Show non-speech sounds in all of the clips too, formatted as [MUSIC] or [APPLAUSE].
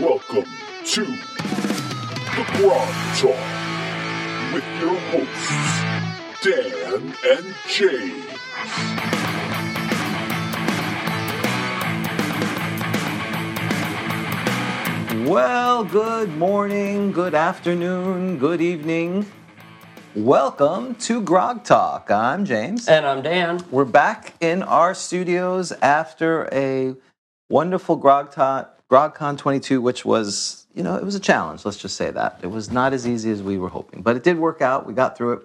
Welcome to The Broad Talk with your hosts, Dan and Jay. Well, good morning, good afternoon, good evening. Welcome to Grog Talk. I'm James. And I'm Dan. We're back in our studios after a wonderful Grog Talk, GrogCon 22, which was, you know, it was a challenge. Let's just say that. It was not as easy as we were hoping, but it did work out. We got through it.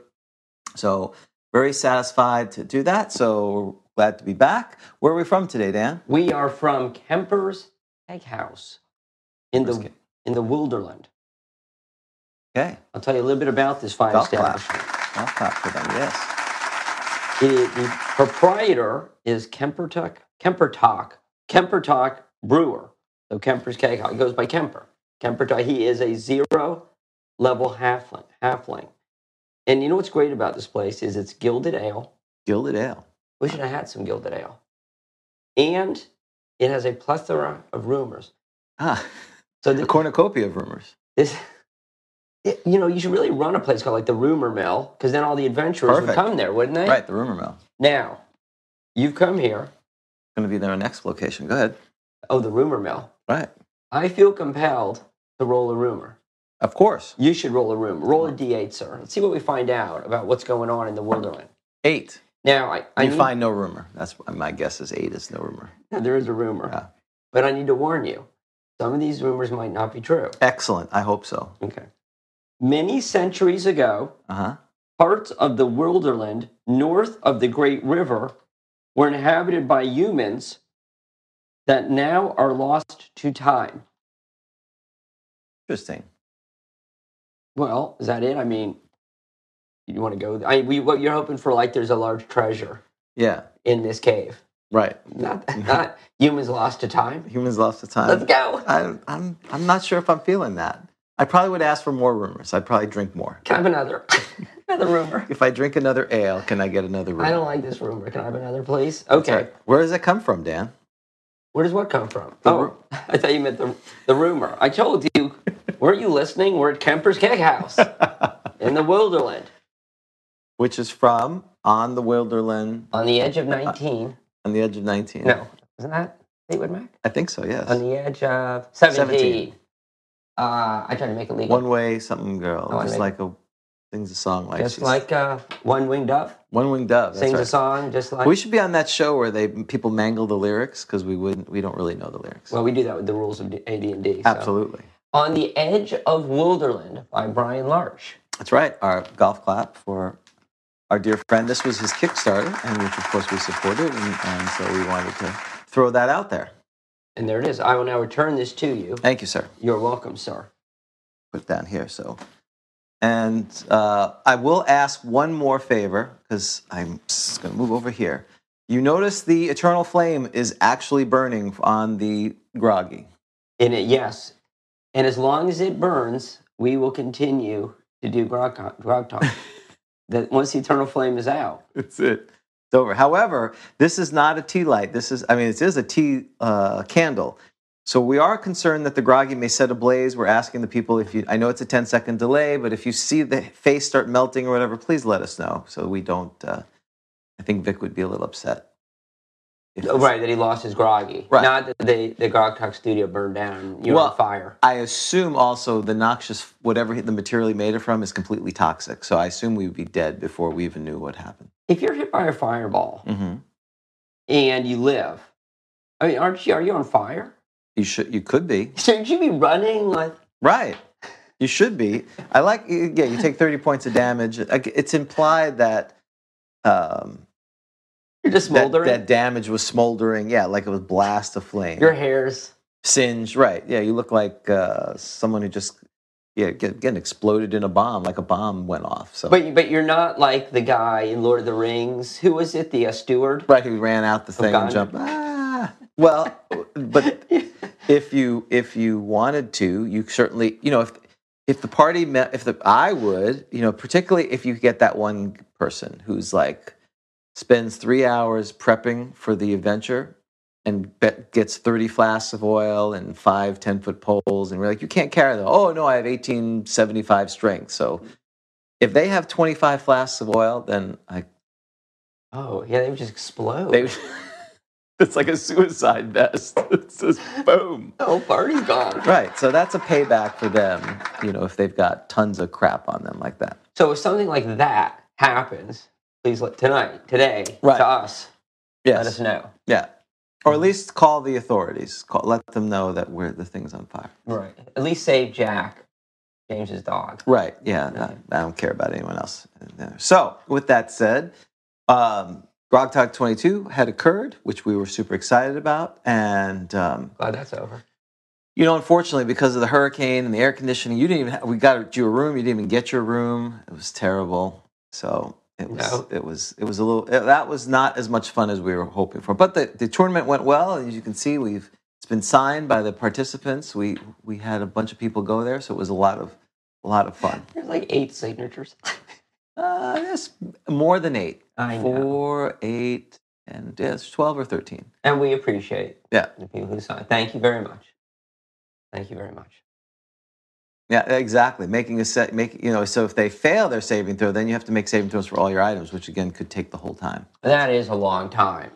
So, very satisfied to do that. So, glad to be back. Where are we from today, Dan? We are from Kemper's Egg House in the in the Wilderland. Okay. I'll tell you a little bit about this fine Golf clap. establishment. Golf clap for them, yes. It- the proprietor is Kempertuck, Kempertock, Kempertock Brewer. So Kemper's Keg House. It goes by Kemper. Kempertock. He is a zero level halfling. Halfling. And you know what's great about this place is it's gilded ale. Gilded Ale. We should have had some gilded ale. And it has a plethora of rumors. Ah, So a the, cornucopia of rumors. this it, you know you should really run a place called like the rumor mill because then all the adventurers would Perfect. come there wouldn't they Right, the rumor mill. now you've come here Going to be their next location. Go ahead. oh the rumor mill Right. i feel compelled to roll a rumor Of course. you should roll a rumor roll a d8 sir let's see what we find out about what's going on in the wonderland Eight. now i, I you need- find no rumor. That's my guess is eight is no rumor. [LAUGHS] there is a rumor Yeah. but i need to warn you some of these rumors might not be true Excellent. I hope so. okay many centuries ago Uh huh. parts of the wilderland north of the great river were inhabited by humans that now are lost to time. Interesting. Well, is that it? I mean, you want to go? I, we, what you're hoping for, like, there's a large treasure Yeah. in this cave. Right. Not, not humans lost to time. Humans lost the time. Let's go. I, I'm. I'm not sure if I'm feeling that. I probably would ask for more rumors. I'd probably drink more. Can I have another? another rumor. If I drink another ale, can I get another rumor? I don't like this rumor. Can I have another, please? That's Okay. right. Where does that come from, Dan? [LAUGHS] Where does what come from? The oh, ru- I thought you meant the, the rumor. I told you, weren't you listening? We're at Kemper's Keg House in the Wilderland Which is from on the Wilderland on the edge of 19. on the edge of 19. Uh, No, isn't that Fleetwood Mac? I think so. Yes. On the edge of 17. 17. Uh, I tried to make it legal. One way something girl, Oh, I just made- like a sings a song like just she's- like uh, One Winged Dove one winged dove. That's sings right. a song, just like. We should be on that show where they people mangle the lyrics because we wouldn't we don't really know the lyrics. well, we do that with the rules of AD&D. so. Absolutely, On the Edge of Wilderland by Brian Larch. that's right. Our golf clap for our dear friend. This was his Kickstarter, and which of course we supported, and, and so we wanted to throw that out there. And there it is. I will now return this to you. Thank you, sir. You're welcome, sir. Put down here. So, and uh, I will ask one more favor because I'm just going to move over here. You notice the eternal flame is actually burning on the groggy. In it, yes. And as long as it burns, we will continue to do grog, [LAUGHS] grog talk. that once the eternal flame is out, That's it. It's over. However, this is not a tea light. This is, I mean, it is a tea uh, candle. So we are concerned that the groggy may set ablaze. We're asking the people if you, I know it's a 10 second delay, but if you see the face start melting or whatever, please let us know so we don't, uh, I think Vic would be a little upset. If Oh, it's- Right, that he lost his groggy. Right. Not that they, the Grog Talk studio burned down. You're Well- on fire. I assume also the noxious, whatever the material he made it from, is completely toxic. So I assume we would be dead before we even knew what happened. If you're hit by a fireball Mm-hmm. and you live, I mean, aren't you? Are you on fire? [LAUGHS] You should, you could be Shouldn't you be running like? right. You should be. I like. Yeah, you take thirty points of damage. Like, It's implied that. Um, You're just that, smoldering. that damage was smoldering, yeah, like it was blast of flame. Your hair's Singed, right? Yeah, you look like uh, someone who just, yeah, get, getting exploded in a bomb, like a bomb went off. So, But but you're not like the guy in Lord of the Rings. Who was it? The uh, steward. [LAUGHS] right, who ran out the thing Gone. and jumped. Ah! Well, but if you if you wanted to, you certainly you know if if the party me- if the I would you know particularly if you get that one person who's like spends three hours prepping for the adventure and bet, gets 30 flasks of oil and five 10 foot poles and we're like you can't carry them oh no i have 1875 strength so if they have 25 flasks of oil then i Oh yeah, they would just explode. they [LAUGHS] it's like a suicide vest it says boom the whole party's Oh, gone. Right. So that's a payback for them, you know, if they've got tons of crap on them like that. So if something like that happens, please let tonight, today, Right. to us, Yes. let us know. Yeah. Or at least call the authorities. Call, let them know that we're the thing's on fire. Right. At least save Jack, James's dog. Right. Yeah. I, I don't care about anyone else. So with that said, um, Grog Talk 22 had occurred, which we were super excited about, and um, Glad that's over. You know, unfortunately, because of the hurricane and the air conditioning, you didn't even. Have, we got you a room. You didn't even get your room. It was terrible. So it was. No. It was. It was a little. eh, That was not as much fun as we were hoping for. But the, the tournament went well, as you can see. We've it's been signed by the participants. We we had a bunch of people go there, so it was a lot of a lot of fun. There's like eight signatures. [LAUGHS] Uh, yes, more than eight. I know. Four, eight, and yes, twelve or thirteen. And we appreciate Yeah. the people who signed. Thank you very much. Thank you very much. Yeah, exactly. Making a set, make you know. So if they fail their saving throw, then you have to make saving throws for all your items, which again could take the whole time. That is a long time.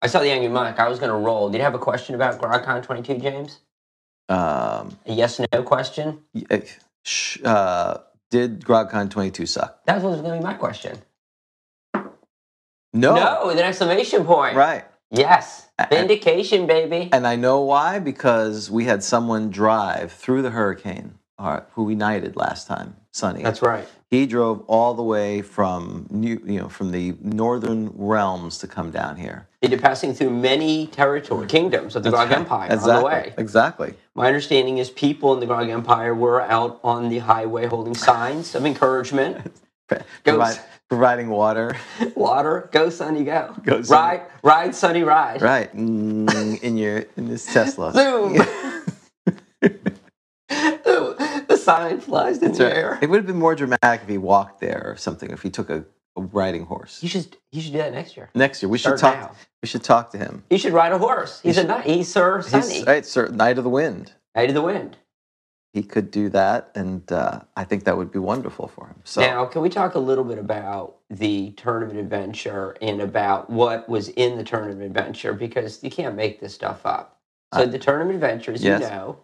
I saw the angry monk. I was going to roll. Did you have a question about GrogCon 22, James? Um, A yes no question? y- eh, sh- uh, did GrogCon twenty two suck? That was going to be my question. No. No, with an exclamation point. Oh. Right. Yes. Vindication, baby. And I know why because we had someone drive through the hurricane, uh, who we knighted last time, Sunny. That's right. He drove all the way from new, you know, from the northern realms to come down here. They did passing through many territory, kingdoms of the Grog Empire Mm. exactly. on the way. Exactly. My understanding is people in the Grog Empire were out on the highway holding signs of [LAUGHS] encouragement. Provi- providing water. Water, go Sonny, go. Go, Sonny. Ride, ride, Sonny, ride. Right. Mm, in your in this [LAUGHS] Tesla. Zoom. the sign flies in the air. It would have been more dramatic if he walked there or something, if he took a, a riding horse. You should you should do that next year. Next year. We should Start talk now. we should talk to him. You should ride a horse. He's a knight. He's Sir Sunny. He's right, sir Knight of the Wind. Knight of the Wind. He could do that and uh, I think that would be wonderful for him. So Now, can we talk a little bit about the tournament adventure and about what was in the tournament adventure? Because you can't make this stuff up. So Uh, the tournament adventure, as yes. you know,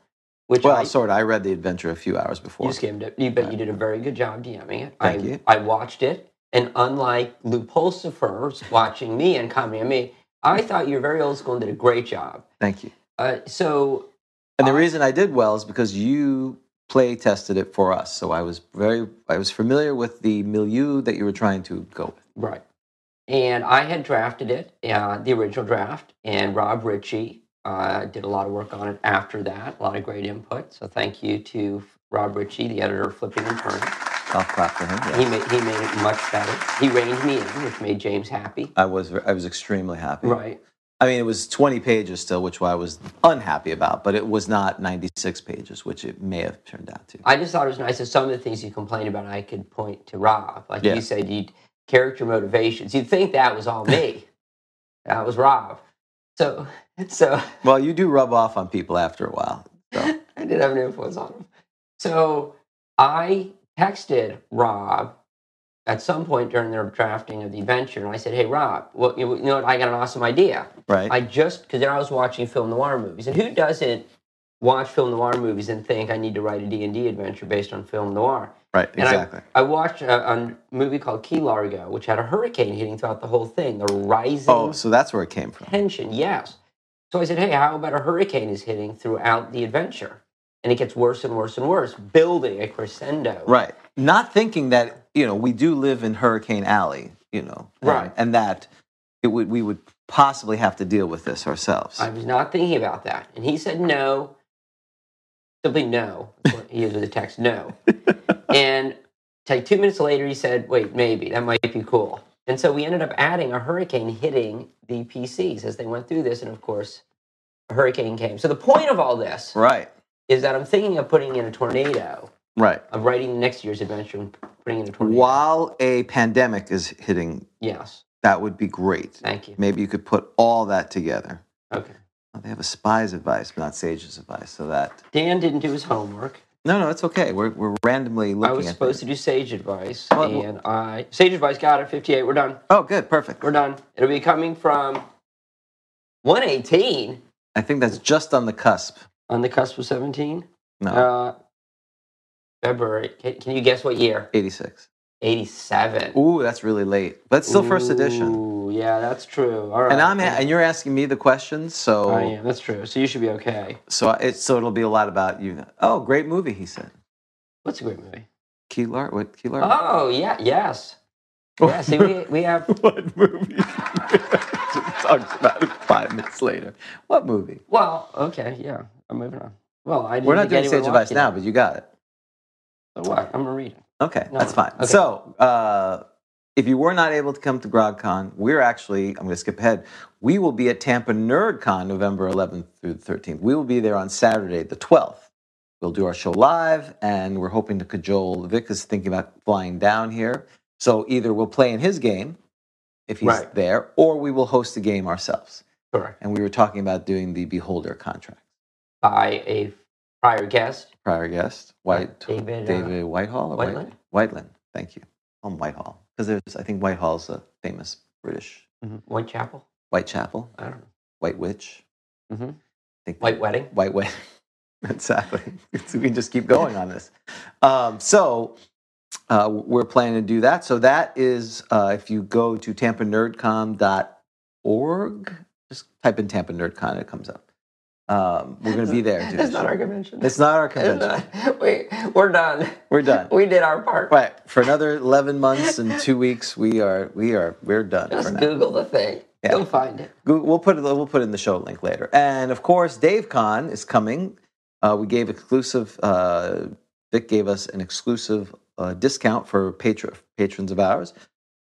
which I, well, sort of. I read the adventure a few hours before. you skimmed it, you, but you did a very good job DMing it. Thank I, you. I watched it, and unlike Lou Pulsifer's watching me and commenting on me, I thought you were very old school and did a great job. Thank you. Uh, so And the reason I did well is because you play tested it for us. So I was very I was familiar with the milieu that you were trying to go with. Right. And I had drafted it, uh, the original draft, and Rob Ritchie uh, did a lot of work on it after that, a lot of great input. So thank you to Rob Ritchie, the editor of Flipping and Turning. I'll clap for him. yes. He made, he made it much better. He reined me in, which made James happy. I was I was extremely happy. Right. I mean, it was 20 pages still, which I was unhappy about, but it was not 96 pages, which it may have turned out to. I just thought it was nice that some of the things you complained about, I could point to Rob. Like Yeah. you said, you'd character motivations. You'd think that was all me. that was Rob. So, [LAUGHS] so Well, you do rub off on people after a while. So. I did have an influence on him. So I texted Rob at some point during their drafting of the venture, and I said, "Hey, Rob, well, you know what? I got an awesome idea. Right. I just because I was watching film noir movies, and who doesn't watch film noir movies and think I need to write a D and D adventure based on film noir? right. And I- Exactly. I, watched a, a movie called Key Largo, which had a hurricane hitting throughout the whole thing, the rising oh, so that's where it came from. tension. Yes. So I said, "Hey, how about a hurricane is hitting throughout the adventure, and it gets worse and worse and worse, building a crescendo." Right. Not thinking that, you know, we do live in Hurricane Alley, you know. and- Right. And that it would we would possibly have to deal with this ourselves. I was not thinking about that. And he said no. Simply no. That's what he is with the [LAUGHS] text, no. and it's like two minutes later, he said, wait, maybe, that might be cool. And so we ended up adding a hurricane hitting the PCs as they went through this. And of course, a hurricane came. So the point of all this right. is that I'm thinking of putting in a tornado, Right. of writing next year's adventure and putting in a tornado. While a pandemic is hitting, Yes. that would be great. Thank you. Maybe you could put all that together. Okay. Oh, they have a spy's advice, but not sage's advice. So that Dan didn't do his homework. no, no, it's okay. We're, we're randomly looking. I was at supposed to do sage advice, Well, well- and I sage advice got it. Fifty-eight. We're done. Oh, good, perfect. We're done. It'll be coming from 118 I think that's just on the cusp. on the cusp of 17. No, Uh, February. Can, can you guess what year? eighty-six. 87. Ooh, that's really late, but it's still first edition. Ooh, yeah, that's true. All right. And I'm a- and you're asking me the questions, so I am. That's true. So you should be okay. so it so it'll be a lot about you. Oh, great movie, he said. What's a great movie? Key Lar- what Key [LAUGHS] Largo? Oh, yeah, yes. Oh. Yeah, see, we, we have. what movie? [LAUGHS] Talks about it five minutes later. What movie? Well, okay, yeah. I'm moving on. Well, I didn't We're not think doing anyone sage advice watched it. now, but you got it. So what? I'm going to read it. Okay, No, that's fine. okay. So, uh, if you were not able to come to GrogCon, we're actually, I'm going to skip ahead. We will be at Tampa NerdCon November 11th through the 13th. We will be there on Saturday, the 12th. We'll do our show live, and we're hoping to cajole Vic is thinking about flying down here. So, either we'll play in his game if he's Right. there, or we will host a game ourselves. Correct. And we were talking about doing the Beholder contract. By a prior guest, Prior guest, White, David, uh, David Whitehall. or Whiteland? Whiteland. Thank you. Call him Whitehall because there's I think Whitehall's a famous British Whitechapel. Whitechapel, I don't know. White Witch. Mhm. I think White wedding. White Witch. [LAUGHS] exactly. [LAUGHS] So we can just keep going on this. Um, so uh, we're planning to do that. So that is uh, if you go to tampanerdcom.org, just type in Tampa Nerdcon, it comes up. Um, we're going to be there. [LAUGHS] That's not our convention. [LAUGHS] It's not our It's convention. not- we, we're done. We're done. We did our part. Right. For another eleven months and two weeks, we are we are we're done for Just now. Google the thing. Yeah. You'll find it. Go- We'll put it, we'll put in the show link later. And of course, Dave Kahn is coming. Uh, we gave exclusive. Uh, Vic gave us an exclusive uh, discount for patro- patrons of ours.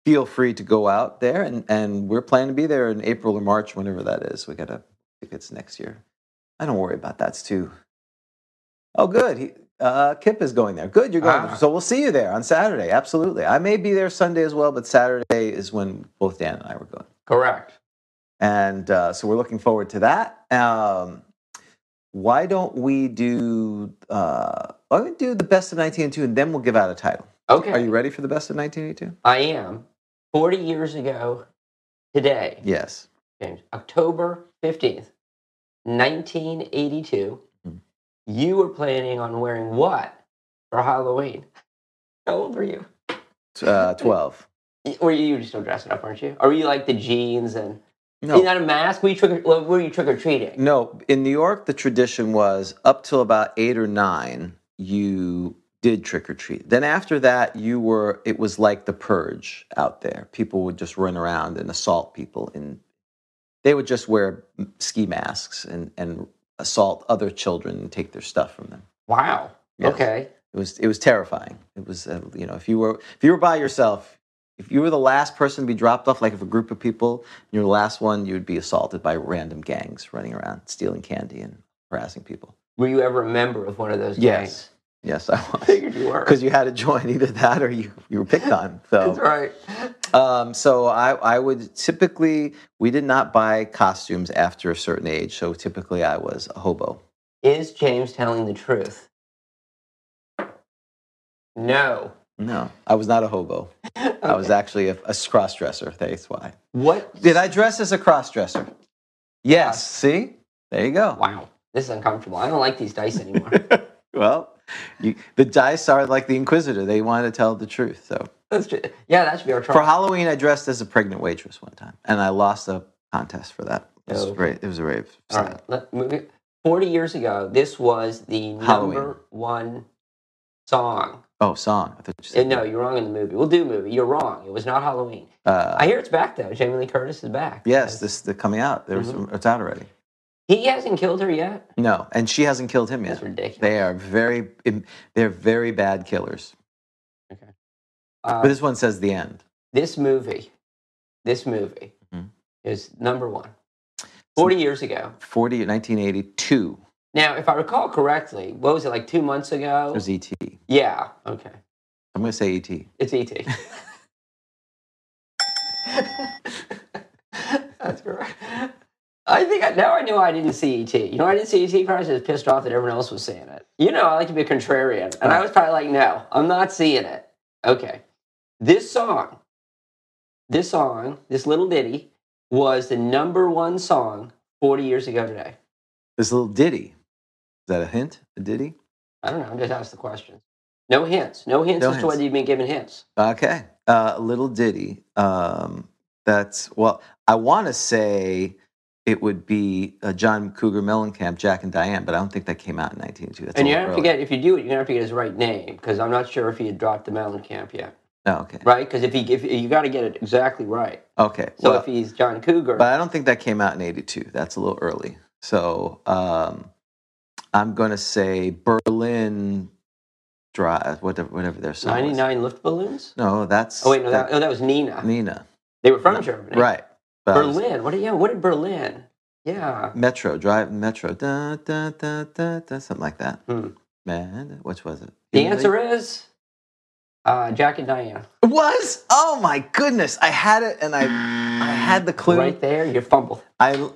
Feel free to go out there, and, and we're planning to be there in April or March, whenever that is. We got to tickets next year. I don't worry about that. It's too. Oh, good. He, uh, Kip is going there. Good, you're going. Ah. So we'll see you there on Saturday. Absolutely. I may be there Sunday as well, but Saturday is when both Dan and I were going. Correct. And uh, so we're looking forward to that. Um, why don't we do? Uh, why don't we do the best of 1982, and then we'll give out a title. Okay. Are you ready for the best of 1982? I am. 40 years ago today, Yes. James, October 15th, 1982, Mhm. you were planning on wearing what for Halloween? How old were you? Uh, 12. Were you, you were still dressing up, weren't you? Or were you like the jeans and. You No, had a mask? Were you trick or, were you trick or treating? no. In New York, the tradition was up till about eight or nine, you did trick or treat. Then after that, you were. It was like the purge out there. People would just run around and assault people in they would just wear ski masks and, and assault other children and take their stuff from them. Wow. Yes. Okay. It was it was terrifying. It was uh, you know if you were if you were by yourself, if you were the last person to be dropped off, like if a group of people, and you're the last one, you would be assaulted by random gangs running around stealing candy and harassing people. Were you ever a member of one of those gangs? Yes. Yes, I I was [LAUGHS] figured you were. because you had to join either that or you you were picked on. So That's right. Um, so I, I would typically we did not buy costumes after a certain age. So typically I was a hobo. Is James telling the truth? No. No, I was not a hobo. I was actually a, a cross dresser. That's why. What? Did I dress as a cross dresser? Yes. See? There you go. Wow, this is uncomfortable. I don't like these dice anymore. Well, you, the dice are like the Inquisitor. They want to tell the truth. So That's ju- yeah, that should be our for trial. Halloween, I dressed as a pregnant waitress one time, and I lost a contest for that. It was, Oh. ra- it was a rave. All right, let, move it. Forty years ago, this was the Halloween. number one song. Oh, song. I thought you Eh, said. No, you're wrong in the movie. We'll do movie. You're wrong. It was not Halloween. Uh, I hear it's back though. Jamie Lee Curtis is back. yes, this the coming out. There's it's out already. he hasn't killed her yet. No, and she hasn't killed him yet. That's ridiculous. They are very, they're very bad killers. Uh, But this one says the end. this movie, this movie Mhm. is number one. 40 years ago. 40, 1982 Now, if I recall correctly, what was it, like two months ago? It was ET. yeah, okay. I'm going to say E ET. It's E [LAUGHS] E.T. That's correct. I think I, now I know I didn't see E.T. You know, I didn't see E.T. because I was pissed off that everyone else was seeing it. You know, I like to be a contrarian. And I was probably like, no, I'm not seeing it. Okay. This song, this song, this little ditty was the number one song 40 years ago today. This little ditty. Is that a hint? A ditty? I don't know. I'm just asking the question. No hints. No hints No as to hints. whether you've been given hints. Okay. Uh, a little ditty. Um, that's, well, I want to say it would be uh, John Cougar Mellencamp, Jack and Diane, but I don't think that came out in 1982. That's and a you little have to early. get if you do it, you're gonna have to get his right name because I'm not sure if he had dropped the Mellon Camp yet, Oh, okay. right? Because if he if you got to get it exactly right. Okay. So well, if he's John Cougar, but I don't think that came out in 82. That's a little early. So um, I'm going to say Berlin Drive, whatever, whatever their song was. 99 lift balloons. No, that's. Oh wait, no, that, oh, that was Nina. Nina. They were from Germany, Right. But I was- Berlin. What? did- Yeah, what did Berlin? Yeah, Metro, drive Metro. Da, da, da, da, da, something like that. Hmm. Man, which was it? the answer is uh, Jack and Diane. It was? Oh my goodness. I had it and I I had the clue. Right there, you fumbled. I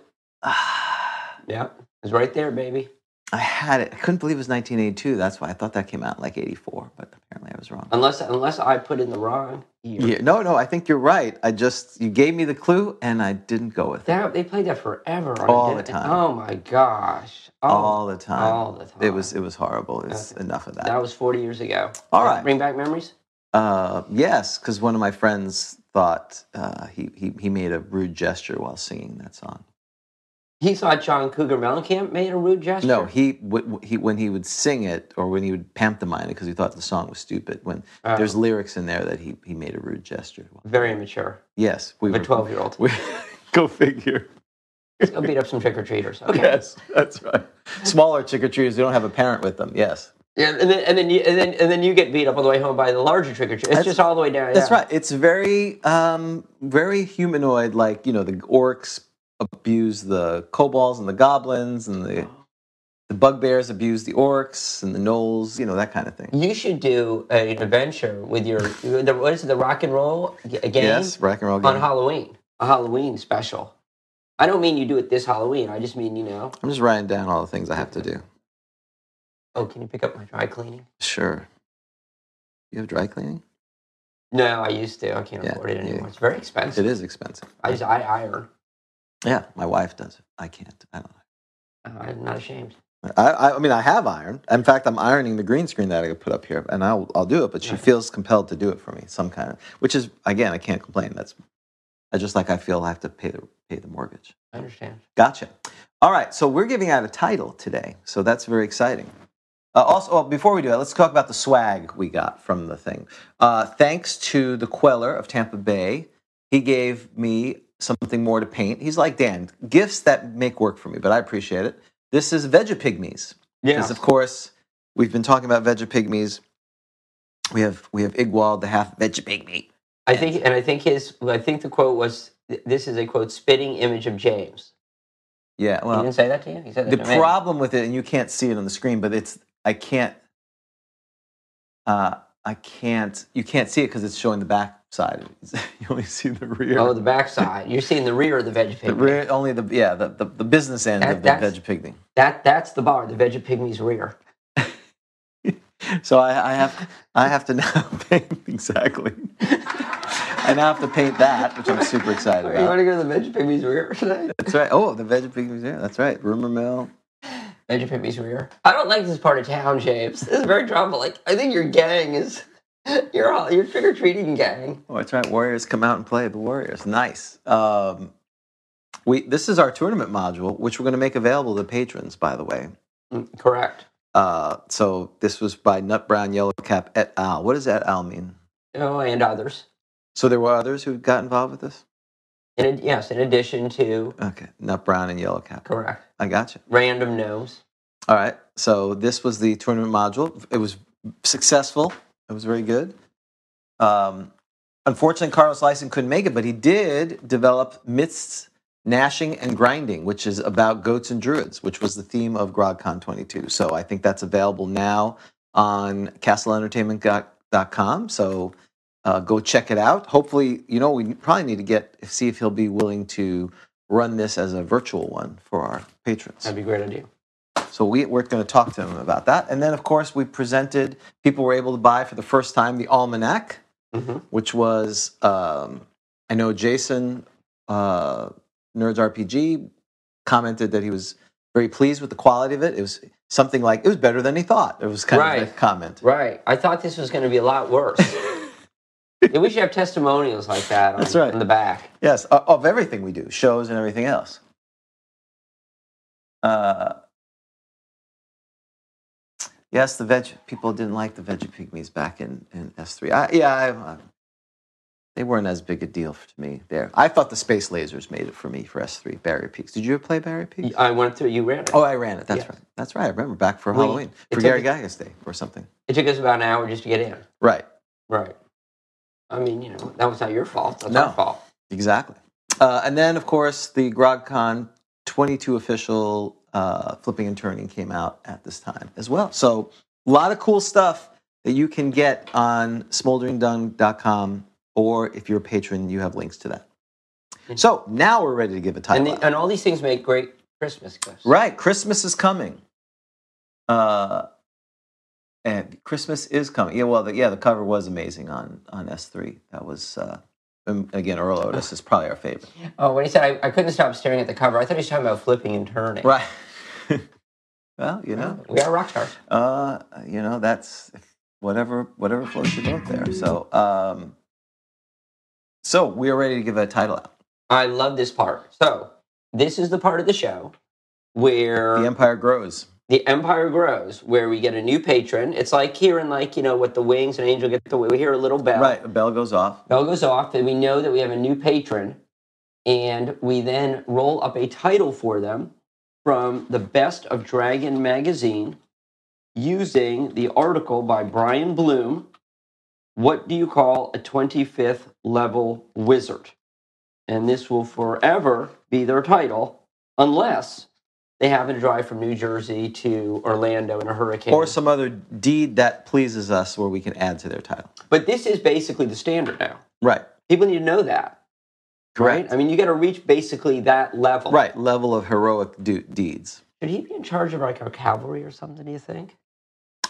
Yeah, it's right there, baby. I had it. I couldn't believe it was 1982. That's why I thought that came out in like 84, but apparently I was wrong. Unless unless I put in the wrong year. Yeah, no, no, I think you're right. I just you gave me the clue and I didn't go with it That, they played that forever. on All the Disney. time. Oh my gosh. Oh, all the time. all the time. It was it was horrible. It's enough of that. that was 40 years ago. All right. Bring back memories? Uh, yes, because one of my friends thought uh, he, he he made a rude gesture while singing that song. He saw John Cougar Mellencamp made a rude gesture. No, he w- he when he would sing it or when he would pantomime it because he thought the song was stupid. When Oh. there's lyrics in there that he he made a rude gesture. Very immature. Yes, we Of a were- 12 year old. [LAUGHS] we- go figure. [LAUGHS] Let's go beat up some trick or treaters. Okay. Yes, that's right. Smaller trick or treaters, they don't have a parent with them. Yes, Yeah, and, then, and, then you, and, then, and then you get beat up on the way home by the larger trick or treater. It's That's- just all the way down. that's yeah. right. It's very um very humanoid, like you know the orcs abuse the kobolds and the goblins and the. The bugbears abuse the orcs and the gnolls, you know, that kind of thing. You should do an adventure with your, the, what is it, the rock and roll g- game? Yes, rock and roll On game. Halloween. A Halloween special. I don't mean you do it this Halloween. I just mean, you know. I'm just writing down all the things I have to do. Oh, can you pick up my dry cleaning? Sure. You have dry cleaning? No, I used to. I can't Yeah, afford it yeah. anymore. It's very expensive. It is expensive. I just I iron. Yeah, my wife does it. I can't. I don't know. Uh, I'm not ashamed. I, I, I mean, I have iron. In fact, I'm ironing the green screen that I put up here, and I'll, I'll do it. But she Right. feels compelled to do it for me, some kind of, which is again, I can't complain. That's I just like I feel I have to pay the pay the mortgage. I understand. Gotcha. All right, so we're giving out a title today, so that's very exciting. Uh, also, well, before we do that, let's talk about the swag we got from the thing. Uh, thanks to the Queller of Tampa Bay, he gave me something more to paint. He's like Dan, gifts that make work for me, but I appreciate it. This is Veggie Pygmies because of course we've been talking about Veggie Pygmies. We have we have Igwald, the half Veggie Pygmy. I think, and I think his. I think the quote was, "This is a quote spitting image of James." Yeah, He well, didn't say that to you. He said that the to me. problem with it, and you can't see it on the screen, but it's I can't, uh, I can't. You can't see it because it's showing the back side. [LAUGHS] you only see the rear. Oh, the backside. You're seeing the rear of the veggie the pygmy. rear, only the yeah, the, the, the business end That- of the that's- veggie pygmy. That that's the bar. The veggie pygmy's rear. [LAUGHS] So I, I have I have to now think exactly. [LAUGHS] and I have to paint that, which I'm super [LAUGHS] excited You want about. to go to the Veggie Pygmies Rear today? That's right. Oh, the Veggie Pygmies. Yeah, that's right. Rumor mill. Veggie Pygmies Rear. I don't like this part of town, James. This is very trouble. Like, I think your gang is your all your trick or treating gang. Oh, that's right. Warriors come out and play the Warriors. Nice. Um, we this is our tournament module, which we're going to make available to patrons. By the way, Mm, Correct. uh, so this was by Nut Brown Yellowcap et al. What does et al mean? Oh, and others. So there were others who got involved with this. In ad- yes, in addition to Okay, Nut Brown and Yellowcap. correct I got you. random gnomes. All right. So this was the tournament module. It was successful. It was very good. Um, unfortunately, Carlos Lyson couldn't make it, but he did develop myths, gnashing, and grinding, which is about goats and druids, which was the theme of GrogCon 22. So I think that's available now on CastleEntertainment.com. So uh, go check it out. Hopefully, you know we probably need to get see if he'll be willing to run this as a virtual one for our patrons. That'd be a great idea. So we, we're going to talk to him about that. And then, of course, we presented, people were able to buy for the first time the Almanac, hmm which was, um, I know Jason, uh, Nerds RPG, commented that he was very pleased with the quality of it. It was something like, it was better than he thought. It was kind of a Right. comment. Right. I thought this was going to be a [LAUGHS] lot worse. Yeah, we should have testimonials like that on, That's right. on the back. Yes, o- of everything we do, shows and everything else. Uh, yes, the veg people didn't like the veggie pygmies back in, in S3. I, yeah, I, I- they weren't as big a deal f- to me there. I thought the space lasers made it for me for S3, Barrier Peaks. Did you ever play Barrier Peaks? I went through. You ran it. Oh, I ran it. That's Yes. right. That's right. I remember back for We- Halloween, it for took Gary us- Gygax Day or something. It took us about an hour just to get in. Right. Right. I mean, you know, that was not your fault. That's No. our fault. Exactly. Uh, and then, of course, the GrogCon 22 official uh, flipping and turning came out at this time as well. So, a lot of cool stuff that you can get on smolderingdung.com, or if you're a patron, you have links to that. So, now we're ready to give a Mm-hmm. title. And, the, out. and all these things make great Christmas gifts. right, Christmas is coming. Uh, and Christmas is coming. Yeah, well, the, yeah, the cover was amazing on, on S3. That was, uh, and again, Earl Otis is probably our favorite. Oh, when he said I, I couldn't stop staring at the cover, I thought he was talking about flipping and turning. Oh, Right. well, you know, We are rock stars. uh, you know that's whatever whatever floats your boat there. So, um, so we are ready to give a title out. I love this part. So, this is the part of the show where The Empire grows. the empire grows, where we get a new patron. It's like hearing, like, you know, what the wings and angel get the We hear a little bell. Right, a bell goes off. Bell goes off, and we know that we have a new patron, and we then roll up a title for them from the Best of Dragon magazine using the article by Brian Bloom. What do you call a 25th level wizard? And this will forever be their title unless they happen to drive from New Jersey to Orlando in a hurricane. Or some other deed that pleases us where we can add to their title. but this is basically the standard now. Right. People need to know that. Correct. right? I mean, you got to reach basically that level. Right. Level of heroic do- deeds. Should he be in charge of like our cavalry or something? Do you think?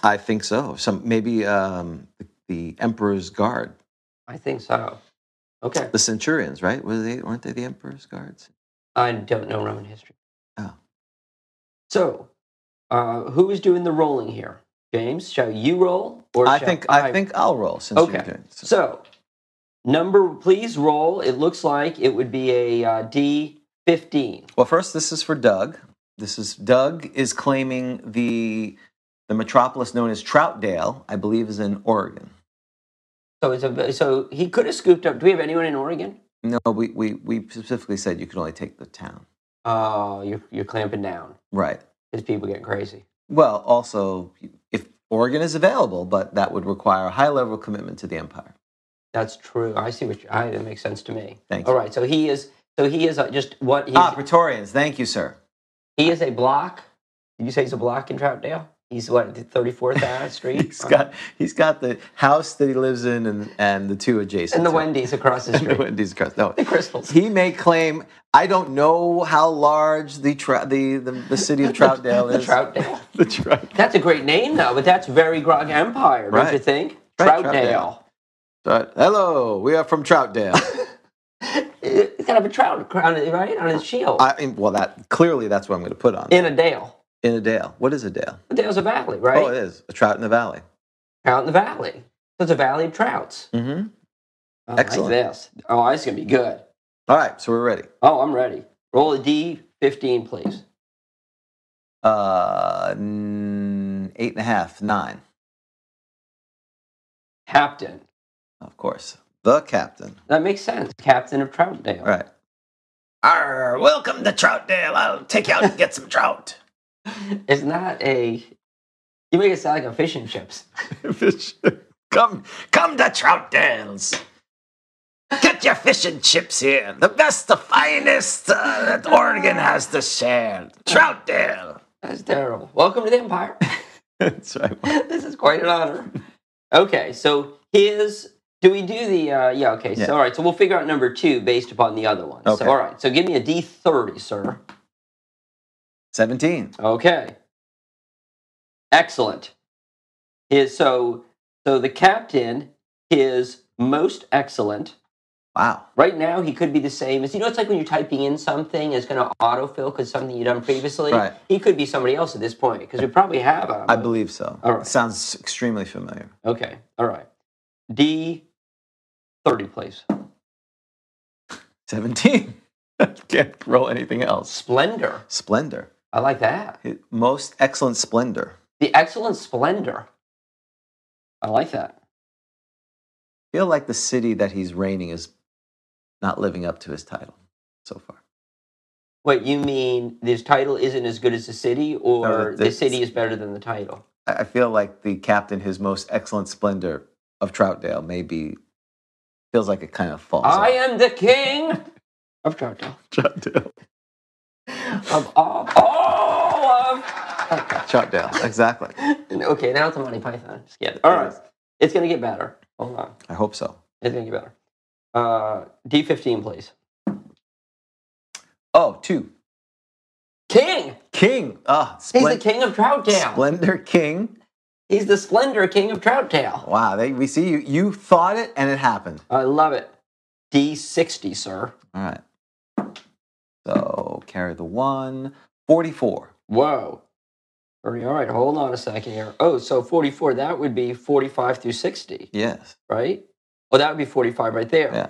I think so. Some maybe um, the, the emperor's guard, I think so. Okay, the centurions, right? Were they weren't they the emperor's guards? I don't know Roman history. Oh. So, uh, who is doing the rolling here, James? Shall you roll, or I shall think I, think I'll roll since you're Okay. doing it. So- So, number, please roll. It looks like it would be a uh, D fifteen. Well, first, this is for Doug. This is Doug is claiming the the metropolis known as Troutdale, I believe, is in Oregon. So it's a so he could have scooped up. Do we have anyone in Oregon? No, we we, we specifically said you could only take the town, Oh, you're you're clamping down right? because people get crazy. Well, also if Oregon is available, but that would require a high level of commitment to the empire. That's true. I see what you, I, that makes sense to me. Thank All you. right. So he is. So he is uh, just what he's, Ah, Praetorians, thank you, sir. he is a block. Did you say he's a block in Troutdale? He's what thirty fourth [LAUGHS] Street. He's got he's got the house that he lives in and and the two adjacent and the to it. Wendy's across the And [LAUGHS] the street. Wendy's across. No, the crystals. He may claim I don't know how large the tra- the, the the city of Troutdale The is. Troutdale. [LAUGHS] the Trout. That's a great name though, but that's very Grog Empire, don't Right. you think? Right, Troutdale. Troutdale. Right. Hello, we are from [LAUGHS] Troutdale. [LAUGHS] He's got to have a trout crown, right, on his shield. I, and- well, that clearly that's what I'm going to put on in a dale. in a dale. What is a dale? A dale's a valley, right? Oh, it is a trout in the valley. Trout in the valley. So it's a valley of trouts. Mm-hmm. I Excellent. Like this. Oh, it's going to be good. All right, so we're ready. Oh, I'm ready. Roll a D15, please. Uh, n- eight and a half, nine, Captain. of course. The captain. That makes sense. Captain of Troutdale. All right. Arr, welcome to Troutdale. I'll take you out and get some trout. It's not a. You make it sound like a fish and chips. [LAUGHS] Come, come to Troutdale's. Get your fish and chips here. The best, the finest uh, that Oregon has to share. Troutdale. That's terrible. Welcome to the Empire. [LAUGHS] That's right. this is quite an honor. Okay, so his. Do we do the. Uh, yeah, okay. Yeah. So, all right. So we'll figure out number two based upon the other one. Okay. So, all right. So give me a D30, sir. 17. Okay. Excellent. His, so, so the captain is most excellent. Wow. Right now, he could be the same as you know. It's like when you're typing in something, it's going to autofill because something you've done previously. Right. He could be somebody else at this point because we probably have him. I believe so. All right. Sounds extremely familiar. Okay. All right. D thirty, please. 17. [LAUGHS] Can't roll anything else. Splendor. Splendor. I like that. Most excellent splendor. The excellent splendor. I like that. feel like the city that he's reigning is not living up to his title so far. Wait, you mean this title isn't as good as the city, or No, the, the- city is better than the title? I I feel like the captain, his most excellent splendor of Troutdale, maybe feels like it kind of falls. I off. am the king [LAUGHS] of Troutdale. Troutdale. Of all, all of. Troutdale, [LAUGHS] exactly. [LAUGHS] Okay, now it's a Monty Python skit. All right, it's gonna get better. Hold on, I hope so. it's gonna get better. Uh, D fifteen, please. Oh, two. King. King. Ah, He's splen- the king of Troutdale. Splendor King. He's the splendor king of Troutdale. Wow, they, we see you. You thought it and it happened. I love it. D sixty, sir. All right. So carry the one. 44. Whoa. All right, all right, hold on a second here. Oh, so 44, that would be 45 through 60, Yes. right? Oh, that would be 45 right there. Yeah.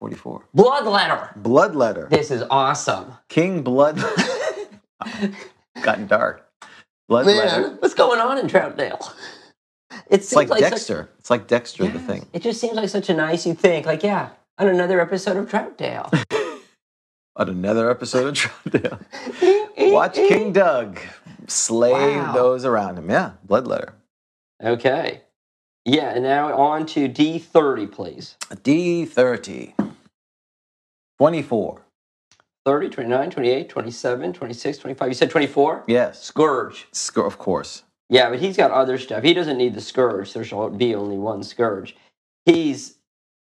44. Bloodletter. Bloodletter. This is awesome. King Blood. [LAUGHS] Gotten dark. Bloodletter. Man, what's going on in Troutdale? It It's seems like such- Dexter. It's like Dexter the Yes. thing. It just seems like such a nice, you think, like, yeah, on another episode of Troutdale. On another episode of [LAUGHS] Troutdale. [LAUGHS] Watch King Doug slay Wow. those around him. Yeah, Bloodletter. Okay. Yeah, and now on to D30, please. D30. 24. 30, 29, 28, 27, 26, 25. You said 24? Yes. Scourge. Sc- of course. Yeah, but he's got other stuff. He doesn't need the scourge. There shall be only one scourge. He's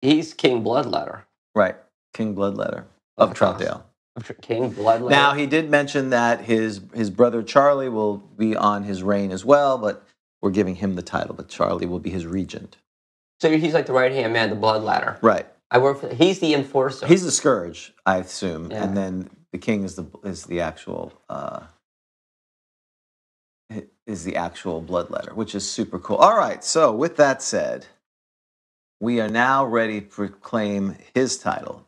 he's King Bloodletter. Right. King Bloodletter of Of course. Troutdale. King Bloodletter. Now, he did mention that his, his brother Charlie will be on his reign as well, but we're giving him the title, but Charlie will be his regent. so he's like the right hand man, the Bloodletter. Right. I work for. He's the enforcer. He's the scourge, I assume, Yeah. and then the king is the is the actual uh, i- is the actual bloodletter, which is super cool. All right, so with that said, we are now ready to proclaim his title.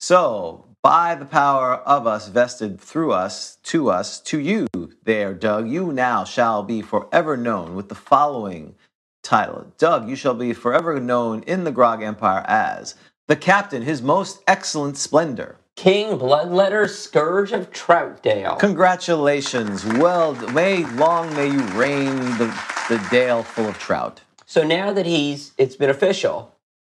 So, by the power of us vested through us, to us, to you, there, Doug, you now shall be forever known with the following title. Doug, you shall be forever known in the Grog Empire as the captain, his most excellent splendor. King Bloodletter, scourge of Troutdale. Congratulations. Well, may long may you reign the, the dale full of trout. so now that he's, it's been official.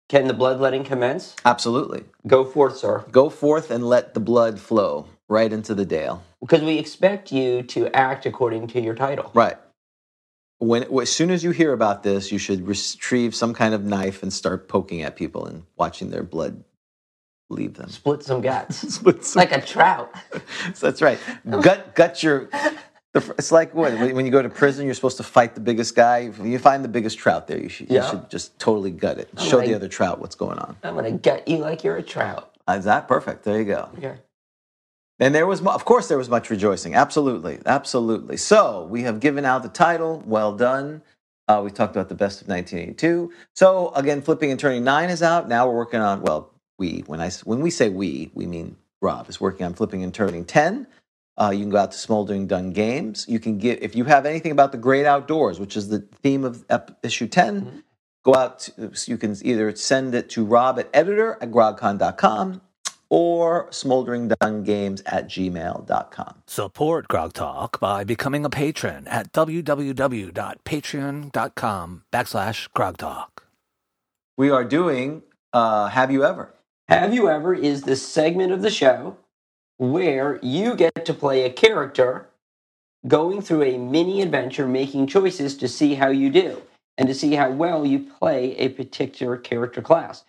Can the bloodletting commence? Absolutely. Go forth, sir. Go forth and let the blood flow right into the dale. Because we expect you to act according to your title. Right. When, as soon as you hear about this, you should retrieve some kind of knife and start poking at people and watching their blood leave them. [LAUGHS] Split some guts. Split some- like a trout. That's right. Gut, gut your. The The fir- It's like what, when when you go to prison, you're supposed to fight the biggest guy. If you find the biggest trout there, you should, Yeah. you should just totally gut it. Show right. the other trout what's going on. I'm gonna gut you like you're a trout. Is Uh, that perfect? There you go. Okay. And there was, mu- of course, there was much rejoicing. Absolutely, absolutely. So we have given out the title. Well done. Uh, we talked about the best of 1982. So again, flipping and turning nine is out. Now we're working on. Well, we when I s- when we say we, we mean Rob is working on flipping and turning ten. Uh, you can go out to Smoldering Dun Games. You can get if you have anything about the great outdoors, which is the theme of ep- issue 10 Go out. To, you can either send it to Rob at editor at grogcon.com or smolderingdungames at gmail.com. Support Grog Talk by becoming a patron at www.patreon.com backslash Grog Talk. We are doing uh, Have You Ever? Have you ever is this segment of the show where you get to play a character going through a mini adventure, making choices to see how you do and to see how well you play a particular character class.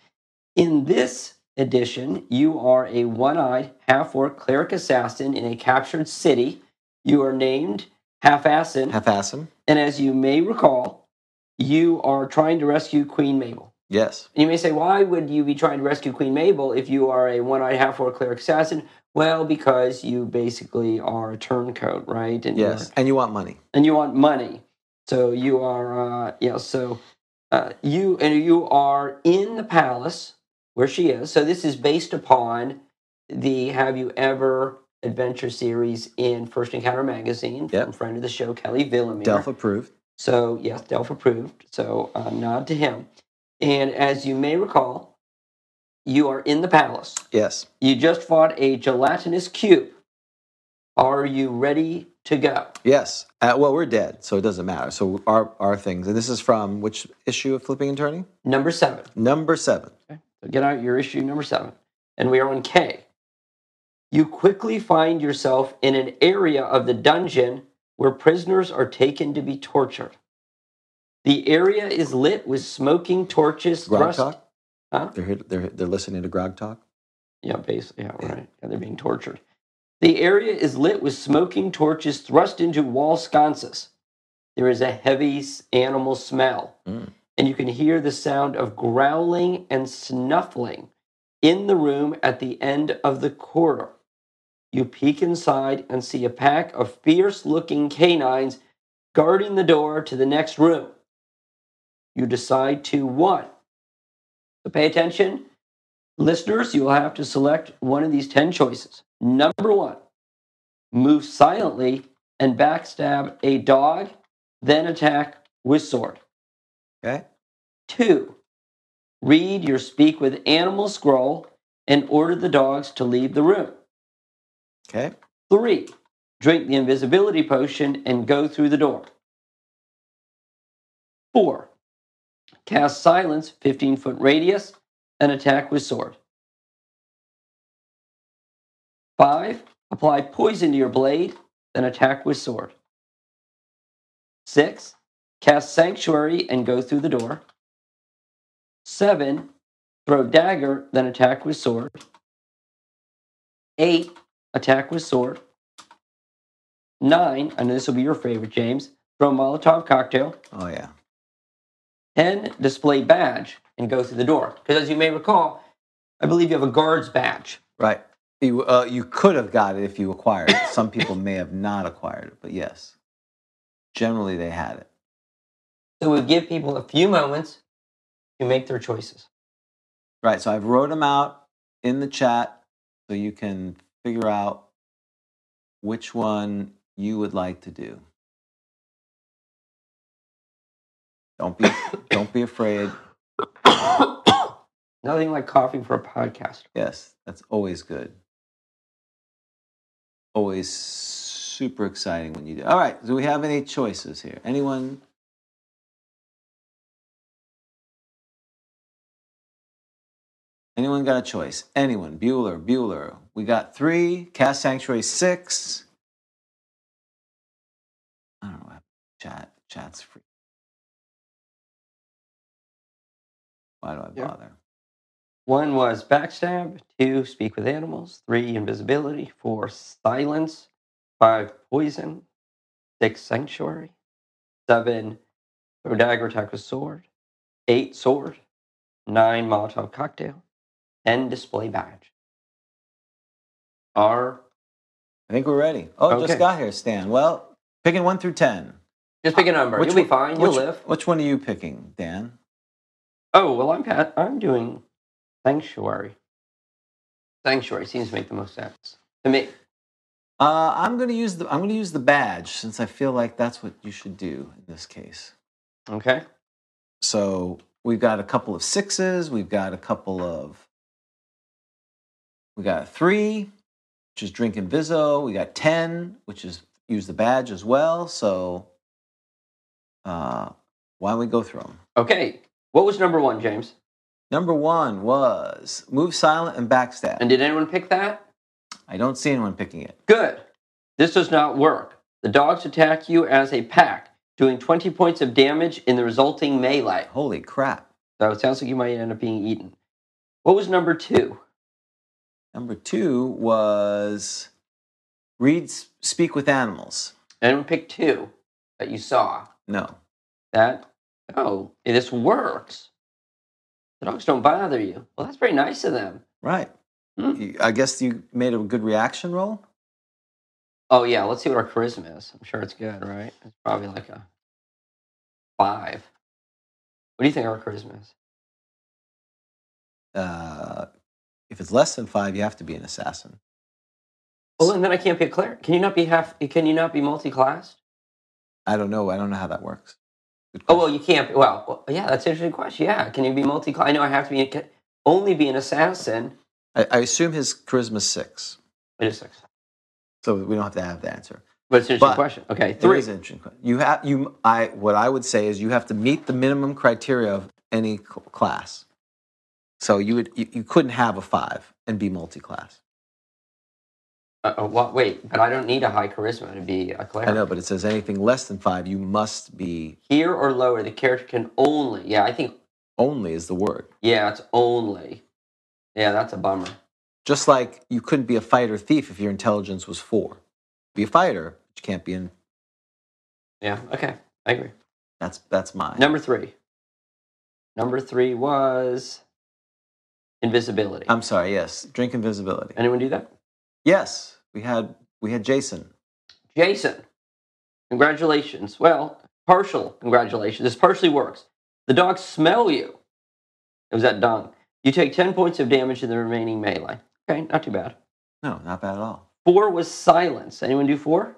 In this edition, you are a one eyed, half orc cleric assassin in a captured city. You are named Half Assin, Half Assam? and as you may recall, you are trying to rescue Queen Mabel. Yes. And you may say, why would you be trying to rescue Queen Mabel if you are a one eyed half orc cleric assassin? Well, because you basically are a turncoat, right? And you're- Yes. And you want money. and you want money. So you are, uh, yeah. So uh, you and you are in the palace where she is. So this is based upon the Have You Ever Adventure series in First Encounter magazine from Yep. friend of the show Kelly Villamere. Delph approved. So, yes, Delph approved. So, uh, nod to him. And as you may recall, you are in the palace. Yes. You just fought a gelatinous cube. Are you ready to go? Yes. Uh, well, we're dead, so it doesn't matter. So our, our things, and this is from which issue of Flipping and Turning? Number seven. Number seven. So get out your issue number seven. And we are on K. You quickly find yourself in an area of the dungeon where prisoners are taken to be tortured. The area is lit with smoking torches Grog thrust. Talk? Huh? They're, here, they're, they're listening to Grog Talk? Yeah, basically. Yeah, right. Yeah, they're being tortured. The area is lit with smoking torches thrust into wall sconces. There is a heavy s- animal smell, Mm. and you can hear the sound of growling and snuffling in the room at the end of the corridor. You peek inside and see a pack of fierce looking canines guarding the door to the next room. You decide to one. So pay attention. Listeners, you will have to select one of these 10 choices. Number one, move silently and backstab a dog, then attack with sword. Okay. Two, read your speak with animal scroll and order the dogs to leave the room. Okay. Three, drink the invisibility potion and go through the door. Four, cast silence 15 foot radius and attack with sword. Five, apply poison to your blade, then attack with sword. Six, cast sanctuary and go through the door. Seven, throw dagger, then attack with sword. Eight, attack with sword. Nine, I know this will be your favorite, James. Throw Molotov cocktail. Oh, yeah. Ten, display badge and go through the door. Because as you may recall, I believe you have a guard's badge. Right. You, uh, you could have got it if you acquired it. Some people may have not acquired it, but yes. Generally, they had it. So we give people a few moments to make their choices. [COUGHS] Right. So I've wrote them out in the chat so you can figure out which one you would like to do. Don't be don't be afraid. Nothing like coffee for a podcast. Yes, that's always good. Always super exciting when you do. All right, do we have any choices here? Anyone? Anyone got a choice? Anyone? Bueller, Bueller. We got three. Cast Sanctuary six. I don't know. what happened. Chat. Chat's free. Why do I Yeah. bother? One was backstab, two, speak with animals, three, invisibility, four, silence, five, poison, six sanctuary, seven throw dagger attack with sword, eight sword, nine Molotov cocktail, ten display badge. Our I think we're ready. Oh, Okay. just got here, Stan. Well, picking one through ten. just pick a number. Which You'll be one- fine. You'll which- live. Which one are you picking, Dan? Oh well, I'm Pat. I'm doing sanctuary. Sanctuary seems to make the most sense to me. Uh, I'm gonna use the I'm gonna use the badge since I feel like that's what you should do in this case. Okay. So we've got a couple of sixes. We've got a couple of. We got a three, which is drink and Viso. We got ten, which is use the badge as well. So, uh, why don't we go through them? Okay. What was number one, James? Number one was move silent and backstab. And did anyone pick that? I don't see anyone picking it. Good. This does not work. The dogs attack you as a pack, doing 20 points of damage in the resulting melee. Holy crap! So it sounds like you might end up being eaten. What was number two? Number two was read s- speak with animals. Anyone pick two that you saw? No, That, oh, this works. The dogs don't bother you. Well, that's very nice of them. right? Hmm. You- I guess you made a good reaction roll. Oh, yeah, let's see what our charisma is. I'm sure it's good, right? It's probably like a five. What do you think our charisma is? Uh, if it's less than five, you have to be an assassin. Well, and then I can't be a cleric. Can you not be half? Can you not be multi-classed? I don't know. I don't know how that works. Good Oh question. well, you can't. Be, well, well, yeah, that's an interesting question. Yeah, can you be multi-classed? I know I have to be can only be an assassin. I, I assume his charisma's six, It is six, so we don't have to have the answer. but it's an interesting But- question. Okay, Three three. is an interesting. question. You have you. I what I would say is you have to meet the minimum criteria of any c- class. So you would you, you couldn't have a five and be multi-class. Uh, uh, what? Wait, but I don't need a high charisma to be a cleric. I know, but it says anything less than five, you must be Here or lower, the character can only. Yeah, I think. only is the word. Yeah, it's only. Yeah, that's a bummer. Just like you couldn't be a fighter thief if your intelligence was four. Be a fighter, but you can't be in. Yeah. Okay, I agree. That's that's mine. Number three. Number three was invisibility. I'm sorry. Yes, drink invisibility. Anyone do that? Yes, we had we had Jason. Jason, congratulations. Well, partial congratulations. This partially works. The dogs smell you. It was that dung. You take 10 points of damage in the remaining melee. Okay, not too bad. No, not bad at all. Four was silence. Anyone do four?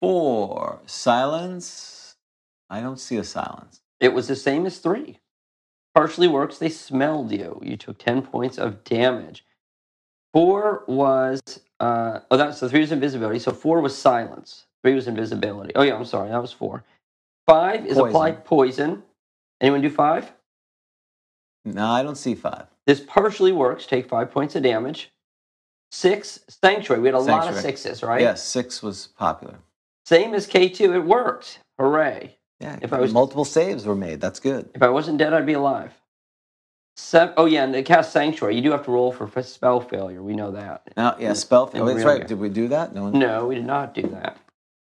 Four silence. I don't see a silence. It was the same as three. Partially works. They smelled you. You took 10 points of damage. Four was, uh, oh, that's so three was invisibility. So four was silence. Three was invisibility. Oh, yeah, I'm sorry. That was four. Five is apply poison. Anyone do five? No, I don't see five. This partially works. Take five points of damage. Six, sanctuary. We had a lot of Sanctuary. sixes, right? Yes, six was popular. Same as K2. It worked. Hooray. Yeah, If I was- multiple saves were made. That's good. If I wasn't dead, I'd be alive. Seven, oh, yeah, and to cast sanctuary, you do have to roll for f- spell failure. We know that. Now, yeah, spell. In Oh, that's real right. game. Did we do that? No one. No, we did not do that.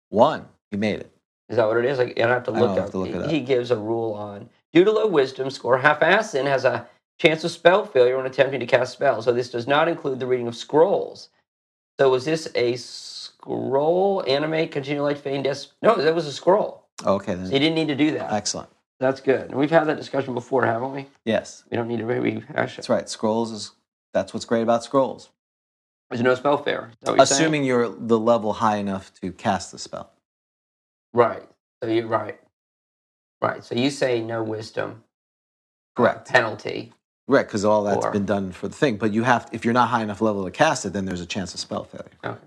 One. He made it. Is that what it is? Like, I don't have to I look, don't up. have to look it up. He gives a rule on due to low wisdom score, half assin has a chance of spell failure when attempting to cast spells. So this does not include the reading of scrolls. So was this a scroll, animate, continue light, feign death? No, that was a scroll. Okay, then. So you didn't need to do that. Excellent. That's good. And we've had that discussion before, haven't we? Yes, We don't need to re- rehash it. that's right. Scrolls is that's what's great about scrolls. There's no spell failure. Is that what you're saying? Assuming you're the level high enough to cast the spell. Right. So you're right. Right. So you say no wisdom Correct. penalty. Right, because all that's Or- been done for the thing. But you have, if you're not high enough level to cast it, then there's a chance of spell failure. Okay.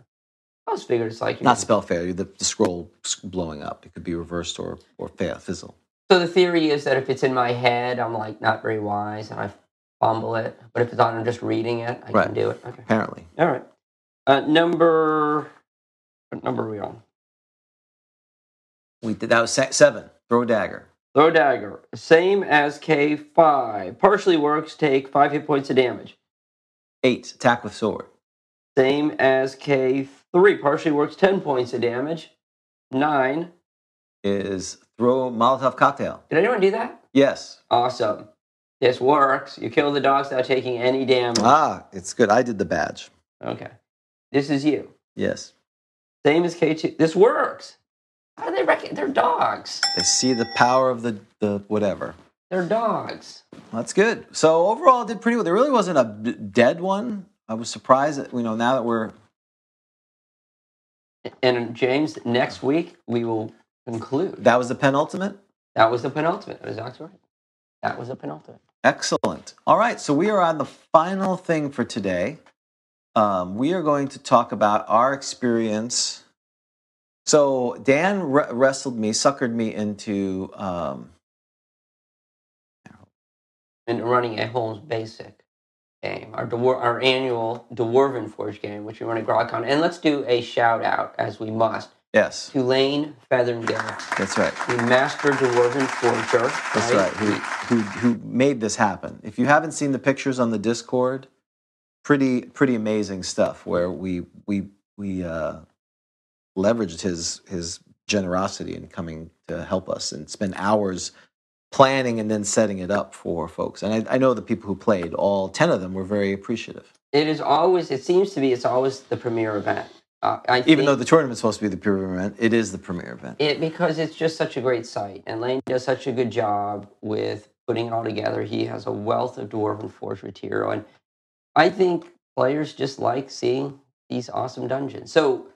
I was figured it's like you Not spell failure. The, the scroll s- blowing up. It could be reversed or or fail, fizzle. So the theory is that if it's in my head, I'm like not very wise and I fumble it. But if it's on, I'm just reading it, I Right. can do it. Okay. Apparently, All right. Uh, number. What number are we on? we did that was se- seven. Throw a dagger. Throw dagger. Same as K5. Partially works. Take five hit points of damage. Eight. Attack with sword. Same as K3. Partially works. 10 points of damage. nine. is throw Molotov cocktail. Did anyone do that? Yes. Awesome. This works. You kill the dogs without taking any damage. Ah, it's good. I did the badge. Okay. This is you. Yes. Same as K2. This works. How do they reckon? They're dogs. They see the power of the, the whatever. They're dogs. That's good. So overall, I did pretty well. There really wasn't a b- dead one. I was surprised that, you know, now that we're And James, next week we will conclude. That was the penultimate. That was the penultimate. That was Doc's right. That was the penultimate. Excellent. All right, so we are on the final thing for today. Um, we are going to talk about our experience. So Dan re- wrestled me, suckered me into. Um, And running a Holmes Basic game, our, dwar- our annual Dwarven Forge game, which we run at GrogCon. And let's do a shout out, as we must, yes, to Lane Featherngill, that's right. the master Dwarven Forger. That's right. Who, who who made this happen? If you haven't seen the pictures on the Discord, pretty pretty amazing stuff. Where we we we uh, leveraged his his generosity in coming to help us and spend hours planning and then setting it up for folks. And I, I know the people who played, all ten of them, were very appreciative. It is always, it seems to be, it's always the premier event. Uh, I Even think- though the tournament's supposed to be the premier event, it is the premier event. It because it's just such a great site, and Lane does such a good job with putting it all together. He has a wealth of dwarven forge material, and I think players just like seeing these awesome dungeons. So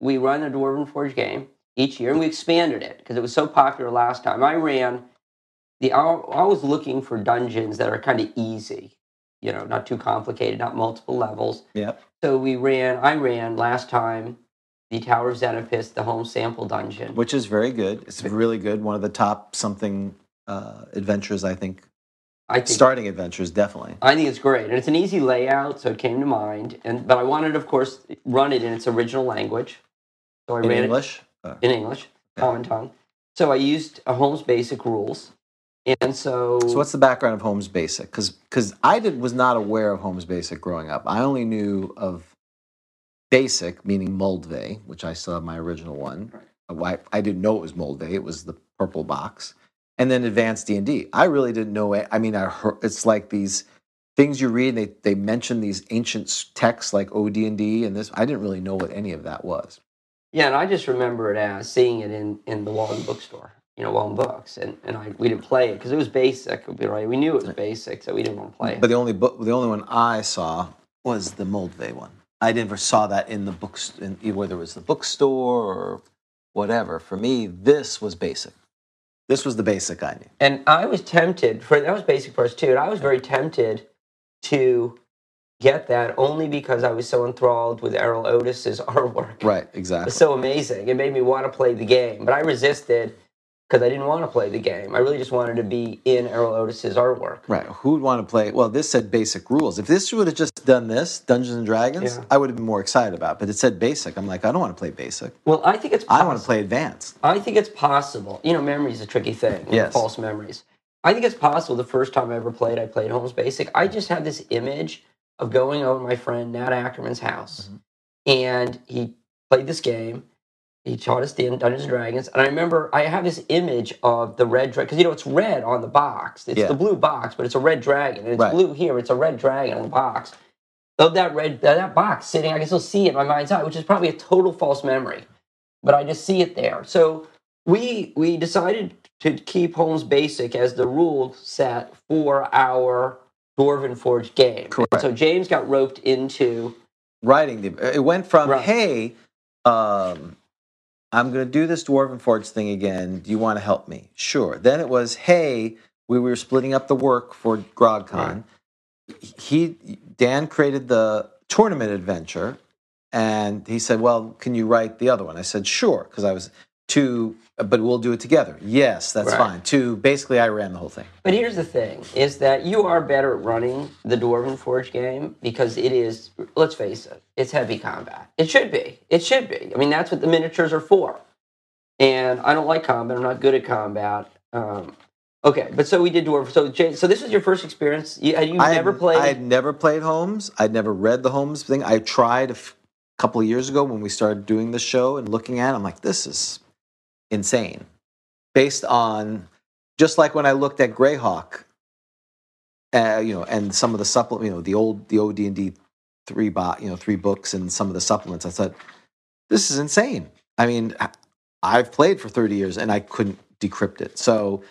we run a dwarven forge game each year, and we expanded it because it was so popular last time. I ran the I I was looking for dungeons that are kind of easy, you know, not too complicated, not multiple levels. Yep. So we ran. I ran last time. The Tower of Xenopus, the home sample dungeon. which is very good. It's really good. One of the top something uh, adventures, I think. I think Starting adventures, definitely. I think it's great, and it's an easy layout, so it came to mind. And but I wanted, of course, run it in its original language, so I In ran English, Uh, it in English, common tongue. So I used a Holmes basic rules, and so, So what's the background of Holmes Basic? Because I did was not aware of Holmes Basic growing up. I only knew of Basic, meaning Moldvay, which I still have my original one. Uh, why- I didn't know it was Moldvay. It was the purple box, and then Advanced D and D. I really didn't know it. I mean, I heard, it's like these things you read. They they mention these ancient s- texts like OD and D and this. I didn't really know what any of that was. yeah, and I just remember it as seeing it in in the Walden bookstore, you know, Walden books, and and I we didn't play it because it was basic, right? We knew it was basic, so we didn't want to play it. But the only book, the only one I saw was the Moldvay one. I never saw that in the books, in, whether it was the bookstore or whatever. For me, this was basic. This was the basic I knew. and I was tempted for that was basic for us too, and I was very tempted to get that only because I was so enthralled with Errol Otis's [LAUGHS] artwork. Right, It exactly. was so amazing. It made me want to play the game, but I resisted because I didn't want to play the game. I really just wanted to be in Errol Otis's artwork. right, who'd want to play? Well, this said basic rules. If this would have just done this, Dungeons and Dragons, Yeah. I would have been more excited about. it. But it said basic. I'm like, I don't want to play basic. Well, I think it's I want to possible. play advanced. I think it's possible. You know, memory's a tricky thing. you know, Yes. False memories. I think it's possible the first time I ever played, I played Holmes Basic. I just had this image of going over to my friend Nat Ackerman's Mm-hmm. house. And he played this game. He taught us the Dungeons and Dragons. And I remember I have this image of the red dragon. Because, you know, it's red on the box. It's Yeah. the blue box, but it's a red dragon. And it's Right. blue here. It's a red dragon on the box. Of that red, that box sitting, I can still see it in my mind's eye, which is probably a total false memory but I just see it there. So we we decided to keep Holmes Basic as the rule set for our Dwarven Forge game. Correct. So James got roped into writing the it went from Right. hey um i'm going to do this dwarven forge thing again do you want to help me sure then it was hey we were splitting up the work for grogcon he dan created the tournament adventure and he said well can you write the other one i said sure because i was to but we'll do it together yes that's Right. fine to basically i ran the whole thing But here's the thing: is that you are better at running the Dwarven Forge game because it is. Let's face it; it's heavy combat. It should be. It should be. I mean, that's what the miniatures are for. And I don't like combat. I'm not good at combat. Um, okay, but so we did Dwarven. So, Jay, so this was your first experience. You had you I had- never played? I had never played Holmes. I'd never read the Holmes thing. I tried a f- couple of years ago when we started doing the show and looking at. it. I'm like, this is insane based on just like when I looked at Greyhawk, uh, you know, and some of the supplement, you know, the old the OD and D three bot, you know, three books and some of the supplements. I thought this is insane. I mean, I- I've played for thirty years and I couldn't decrypt it. So,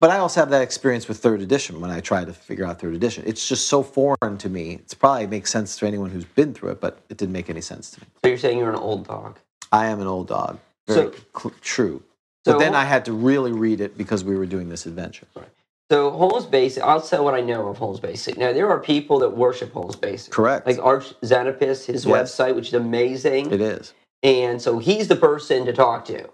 but I also have that experience with third edition when I try to figure out third edition. It's just so foreign to me. It's probably makes sense to anyone who's been through it, but it didn't make any sense to me. So you're saying you're an old dog. I am an old dog. Very cl- true. So but then I had to really read it because we were doing this adventure. So Holmes Basic, I'll say what I know of Holmes Basic. Now there are people that worship Holmes Basic, Correct. like Arch Xenopus, Yes. his website, which is amazing. it is. And so he's the person to talk to.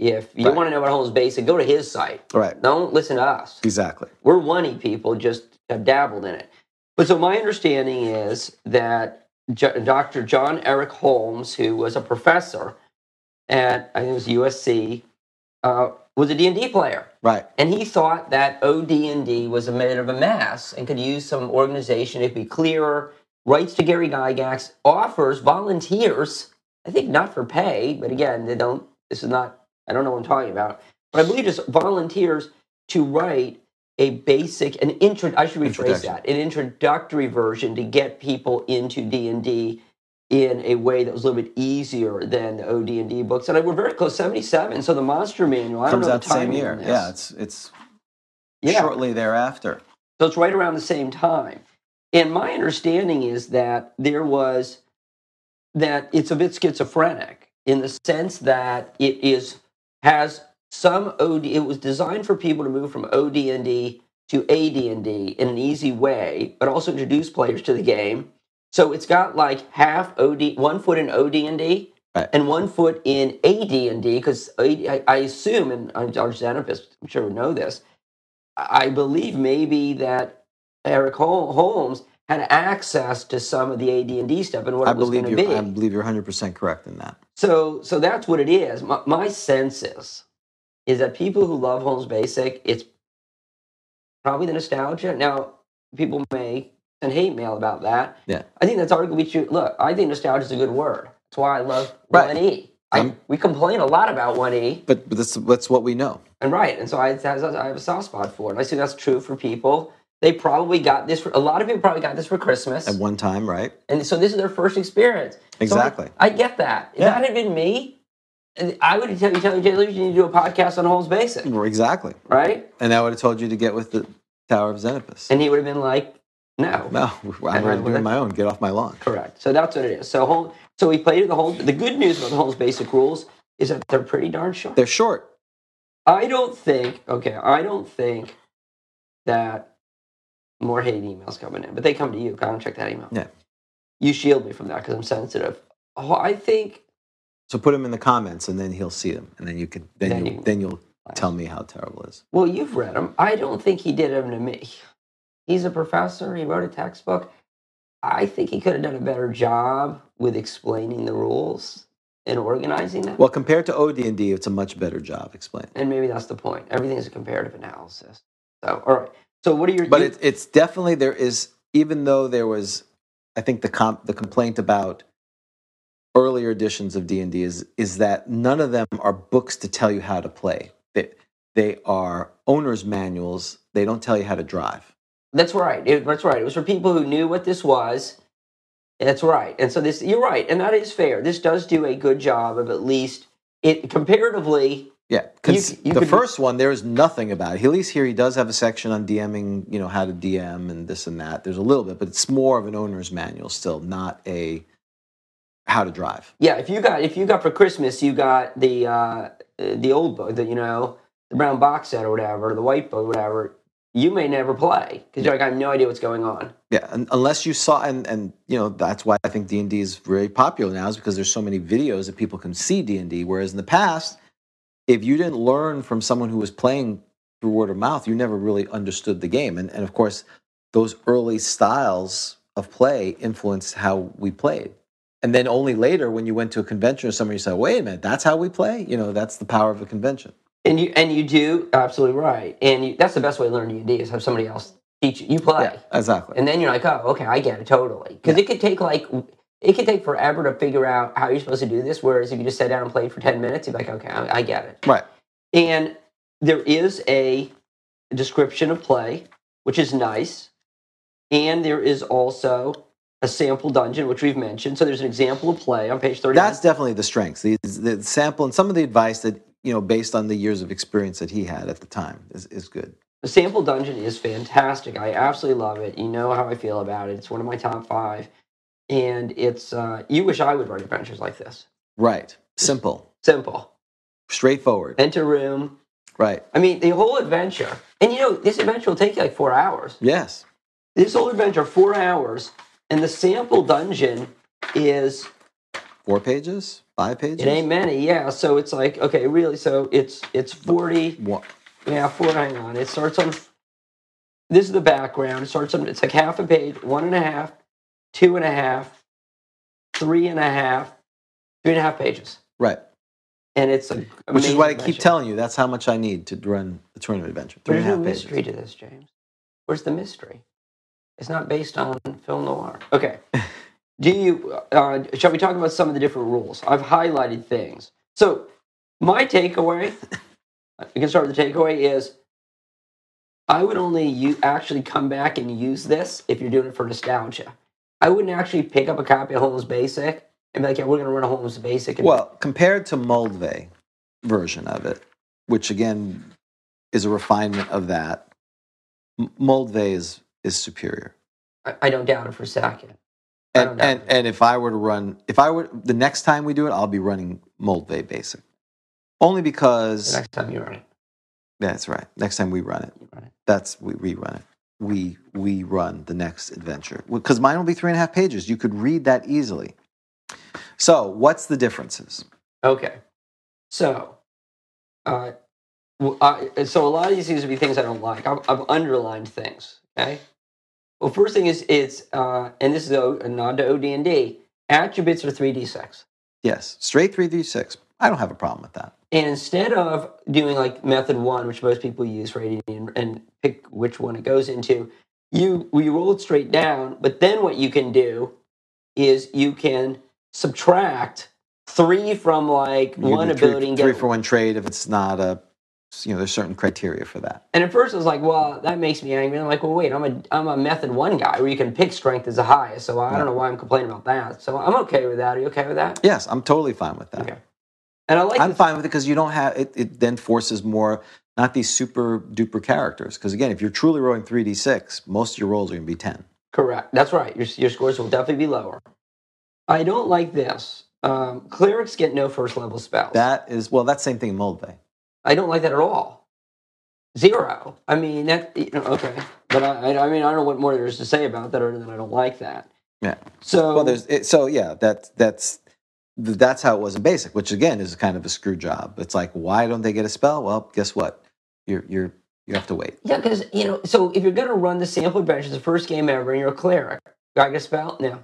If you Right. want to know about Holmes Basic, go to his site. Right. Don't listen to us. Exactly. We're oney people, just have dabbled in it. But so my understanding is that J- Dr. John Eric Holmes, who was a professor at I think it was USC, uh, was a D and D player. Right. And he thought that OD&D was a bit of a mess and could use some organization to be clearer. Writes to Gary Gygax, offers volunteers, I think not for pay, but again, they don't, this is not, I don't know what I'm talking about, but I believe just volunteers to write a basic, an intro, I should rephrase Introduction. that, an introductory version to get people into D&D in a way that was a little bit easier than the OD&D books. And I- we're very close, 77, so the Monster Manual, I don't Comes know the out the same timing year. on this. Yeah. It's it's Yeah. shortly thereafter. So it's right around the same time. And my understanding is that there was that it's a bit schizophrenic in the sense that it is has some OD it was designed for people to move from OD&D to AD&D in an easy way, but also introduce players to the game. So it's got like half OD one foot in OD&D Right. and one foot in AD&D cuz I, I assume and I'm Dr. Xenopus, I'm sure would know this. I believe maybe that Eric Hol- Holmes had access to some of the AD&D stuff and what I it was believe going to you. be. I believe you're 100 percent correct in that. So, so that's what it is. My, my sense is, is that people who love Holmes Basic, it's probably the nostalgia. Now, people may send hate mail about that. Yeah. I think that's arguably true. Look, I think nostalgia is a good word. That's why I love Right. 1E. I, Um, we complain a lot about 1E, But, but that's that's what we know. and right, and so I, I have a soft spot for it. And I see that's true for people. They probably got this, for, a lot of people probably got this for Christmas. At one time, right? And so this is their first experience. So I- Exactly. I, get that. If Yeah. that had been me, and I would tell you, tell you, Jay Lewis, you need to do a podcast on Holmes Basic, Exactly. right? And I would have told you to get with the Tower of Xenopus. And he would have been like, no. no, [LAUGHS] I'm I already would- doing my own. Get off my lawn. Correct. So that's what it is. So Hol- so we played the whole. The good news about the Holmes Basic rules is that they're pretty darn short. They're short. I don't think. Okay, I don't think that more hate emails coming in, but they come to you. I don't check that email. Yeah. You shield me from that because I'm sensitive. Oh, I think So put them in the comments, and then he'll see them, and then you can then, Then you you- will then you'll tell me how terrible it is. Well, you've read him. I don't think he did him to me. He's a professor. He wrote a textbook. I think he could have done a better job with explaining the rules and organizing them. Well, compared to OD and D, it's a much better job explaining. and maybe that's the point. Everything is a comparative analysis. So, all right. So, what are your? but you- it's it's definitely there is even though there was i think the comp, the complaint about earlier editions of d&d is is that none of them are books to tell you how to play they, they are owner's manuals they don't tell you how to drive that's right. It- that's right. It was for people who knew what this was. That's right. And so this, you're right, and that is fair. This does do a good job of at least it comparatively. yeah 'cause You- you the could- first one there is nothing about it at least here he does have a section on dming you know how to dm and this and that there's a little bit but it's more of an owner's manual still not a how to drive Yeah, if you got if you got for Christmas, you got the uh, the old book, the you know the brown box set or whatever, the white book, whatever. You may never play because you're like, I have no idea what's going on. Yeah, un unless you saw, and and you know that's why I think D and D is very popular now is because there's so many videos that people can see D and D. Whereas in the past, if you didn't learn from someone who was playing through word of mouth, you never really understood the game. And and of course, those early styles of play influenced how we played. And then only later, when you went to a convention or somewhere, you said, "Wait a minute, that's how we play." You know, that's the power of a convention. And you and you do absolutely right. And you, that's the best way to learn D and D is have somebody else teach you. You play, exactly. and then you're like, oh, okay, I get it totally. Because it could take like It could take forever to figure out how you're supposed to do this. Whereas if you just sat down and played for 10 minutes, you'd be like, okay, I, I get it. Right. And there is a description of play, which is nice. And there is also a sample dungeon, which we've mentioned. So there's an example of play on page 39. That's definitely the strengths. The, the sample and some of the advice that you know, based on the years of experience that he had at the time, is, is good. The sample dungeon is fantastic. I absolutely love it. You know how I feel about it. It's one of my top five, and it's uh, you wish I would run adventures like this. Right. Simple. Simple. Straightforward. Enter room. right. I mean, the whole adventure. And you know, this adventure will take you like four hours. Yes. This whole adventure, four hours, and the sample dungeon is Four pages? Five pages? it ain't many, yeah. So it's like okay, really. So it's it's forty. One- Yeah, four. Hang on. It starts on. This is the background. It starts on. It's like half a page, one and a half, two and a half, three and a half, three and a half pages, Right. and it's a. Which is amazing what I keep adventure. telling you. That's how much I need to run the tournament adventure. But Three There's and a no half pages. mystery to this, James. Where's the mystery? It's not based on film noir. Okay. Do you? Uh, shall we talk about some of the different rules? I've highlighted things. So my takeaway, you can start with the takeaway is, I would only you actually come back and use this if you're doing it for nostalgia. I wouldn't actually pick up a copy of Holmes Basic and be like, yeah, we're gonna run a Holmes Basic. And Well, compared to Moldve version of it, which again is a refinement of that, M- Moldve is, is superior. I, I don't doubt it for a second. I don't And, doubt and, it. and if I were to run, if I were, the next time we do it, I'll be running Moldve Basic. Only The because, next time you run it, that's right, next time we run it. you run it. That's we rerun it. We we run the next adventure because mine will be three and a half pages. You could read that easily. So, what's the differences? Okay. So, uh, w- I- so a lot of these seems to be things I don't like. I've, I've underlined things. Okay. Well, first thing is it's uh, and this is a, a nod to OD&D. Attributes are three d six, Yes, straight three through six. I don't have a problem with that. and instead of doing like method one, which most people use for AD&D and, and pick which one it goes into, you we roll it straight down. But then what you can do is you can subtract three from like You one do three- ability and three get for one trade if it's not a, you know, there's certain criteria for that. And at first I was like, well, that makes me angry. And I'm like, well, wait, I'm a, I'm a method one guy where you can pick strength as the highest. So I don't know why I'm complaining about that. So I'm okay with that. Are you okay with that? Yes, I'm totally fine with that. Okay. And I like I'm the- fine with it because you don't have it. It then forces more not these super duper characters because again, if you're truly rolling three d six, most of your rolls are going to be ten. Correct. That's right. Your, your scores will definitely be lower. I don't like this. Um, clerics get no first level spells. That is well, that's same thing in Moldvay. I don't like that at all. Zero. I mean, that, you know, okay. But I, I, I mean, I don't know what more there is to say about that other than I don't like that. Yeah. So Well, there's it, so yeah. That that's th- that's how it was in basic, which again is kind of a screw job. It's like why don't they get a spell? Well, guess what? You're you're you have to wait. Yeah, because you know, so if you're gonna run the sample adventure, it's the first game ever, and you're a cleric, do I get a spell? No.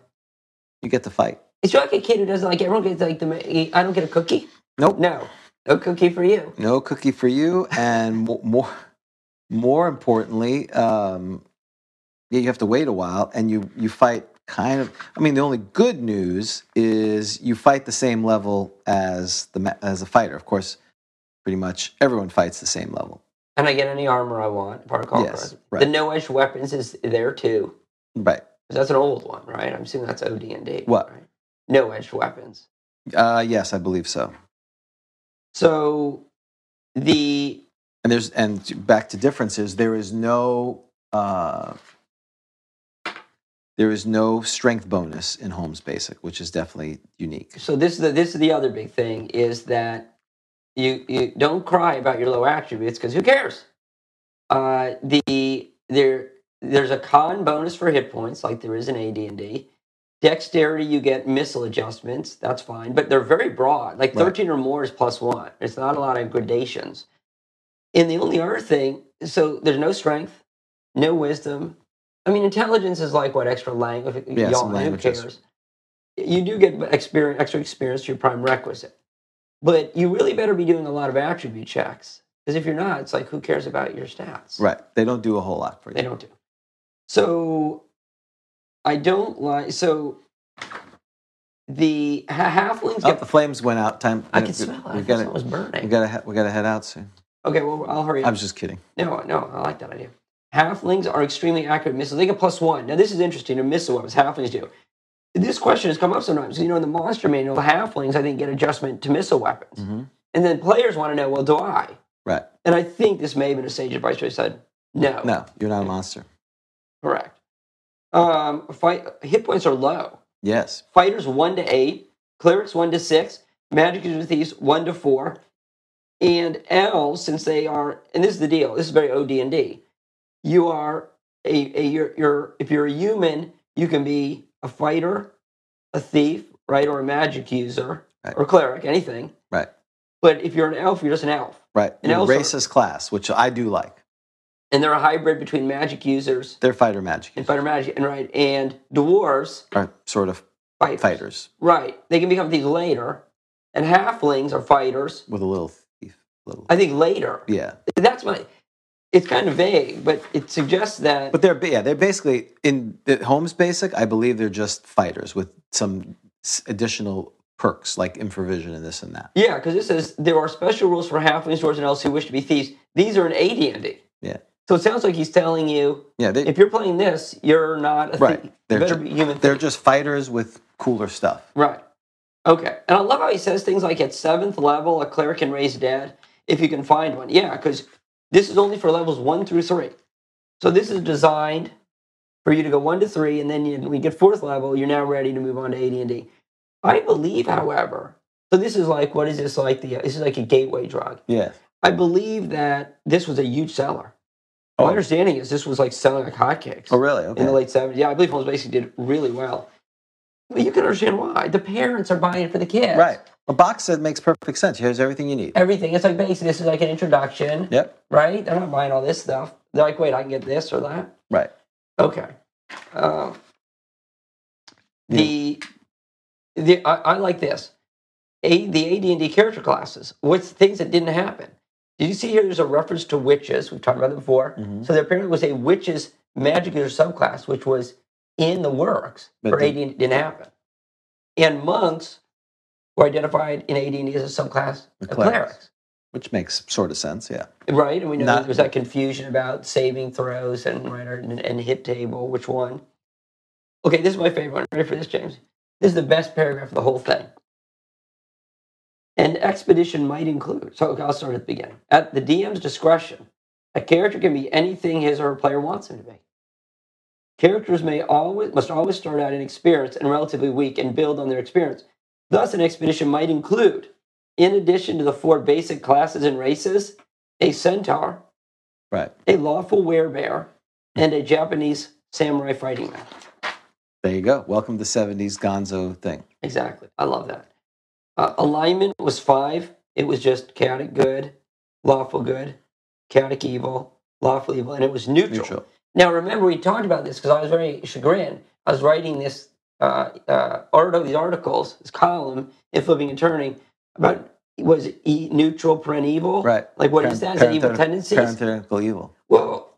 You get to fight. It's like a kid who doesn't like everyone gets like the. ma- eh, I don't get a cookie. Nope. No, no cookie for you. No cookie for you, and mo- more more importantly, um, yeah, you have to wait a while, and you you fight kind of. I mean, the only good news is you fight the same level as the ma- as a fighter. Of course, pretty much everyone fights the same level. And I get any armor I want, protocol Yes, cards. right. The no edged weapons is there too. Right. 'Cause That's an old one, right? I'm assuming that's OD and D. What? Right? No edged weapons. Uh, yes, I believe so. So the and there's and back to differences there is no uh, there is no strength bonus in holmes basic which is definitely unique so this is the this is the other big thing is that you you don't cry about your low attributes because who cares? Uh, the there there's a con bonus for hit points like there is in AD and D. Dexterity you get missile adjustments that's fine, but they're very broad. Like Right. thirteen or more is plus one. It's not a lot of gradations. And the only other thing, so there's no strength, no wisdom. I mean, intelligence is like what extra language. Yeah, some who languages. cares? You do get experience, extra experience to your prime requisite, but you really better be doing a lot of attribute checks because if you're not, it's like who cares about your stats? right they don't do a whole lot for you They don't do. So I don't like. So the ha- halflings Oh, get. the flames went out. Time. I can smell it. I We can gotta, smell it's burning. we gotta, he- we gotta head out soon. okay, well, I'll hurry I up. was just kidding. No, no, I like that idea. Halflings are extremely accurate missiles. They get plus one. Now, this is interesting to missile weapons. Halflings do. This question has come up sometimes. You know, in the monster manual, halflings, I think, get adjustment to missile weapons. Mhm. And then players want to know, well, do I? Right. And I think this may have been a sage advice where he said, no. No, you're not a monster. Correct. Um, fight, hit points are low. Yes. Fighters 1 to 8, clerics 1 to 6, magic user thieves 1 to 4. And elves, since they are, and this is the deal, this is very OD&D. You are a, a you're, you're, if you're a human, you can be a fighter, a thief, right, or a magic user, Right. or cleric, anything. Right. But if you're an elf, you're just an elf. Right. And You're a also- racist class, which I do like. And they're a hybrid between magic users They're fighter magic. and fighter magic, and right, and dwarves Are sort of fighters. fighters Right. They can become thieves later. And halflings are fighters, with a little thief. Little. I think, later. yeah. That's my. It's kind of vague, but it suggests that. But they're ba- yeah they're basically in at Holmes Basic. I believe they're just fighters with some s- additional perks like improvision and this and that. yeah, because it says there are special rules for halflings, dwarves, and elves who wish to be thieves. These are an AD&D. Yeah. So it sounds like he's telling you Yeah. They, if you're playing this, you're not a Right. thief. They're you better ju- be a human. they're thief. just fighters with cooler stuff. Right. Okay. And I love how he says things like at seventh level, a cleric can raise dead if you can find one. Yeah, because this is only for levels one through three. So this is designed for you to go one to three, and then you, when you get fourth level, you're now ready to move on to AD and D. I believe, however, so this is like what is this like the this is like a gateway drug. Yeah. I believe that this was a huge seller. My understanding is this was like selling like hotcakes Oh really? Okay. in the late 70s. Yeah, I believe Holmes Basic did really well. Well, you can understand why. The parents are buying it for the kids. Right. A box set makes perfect sense. Here's everything you need. Everything. It's like basic. This is like an introduction, Yep. right? They're not buying all this stuff. They're like, wait, I can get this or that. Right. Okay. Um, the the I, I like this. A, the AD and D character classes. What's things that didn't happen? Did you see here? There's a reference to witches. We've talked about them before. Mm-hmm. So there apparently was a witches magic user subclass, which was in the works But for did- AD and didn't happen. And monks were identified in AD and D as a subclass The of clerics. clerics, Which makes sort of sense. Yeah. right? And we know Not- there was that confusion about saving throws and right and, and hit table, which one? Okay, this is my favorite one. Ready for this, James? This is the best paragraph of the whole thing. An expedition might include. So okay, I'll start at the beginning. At the DM's discretion, a character can be anything his or her player wants him to be. Characters may always must always start out inexperienced and relatively weak and build on their experience. Thus, an expedition might include, in addition to the four basic classes and races, a centaur, Right. a lawful werebear, and a Japanese samurai fighting man. There you go. Welcome to the 70s gonzo thing. Exactly. I love that. Uh, alignment was five. It was just chaotic good, lawful good, chaotic evil, lawful evil, and it was neutral. Neutral. Now, remember, we talked about this because I was very chagrined. I was writing this uh, uh, article, these articles, this column in Flipping and Turning about was e- neutral parent evil. Right. Like, what is that? Is that evil Parenthetical- tendencies? Parenthetical evil. Well,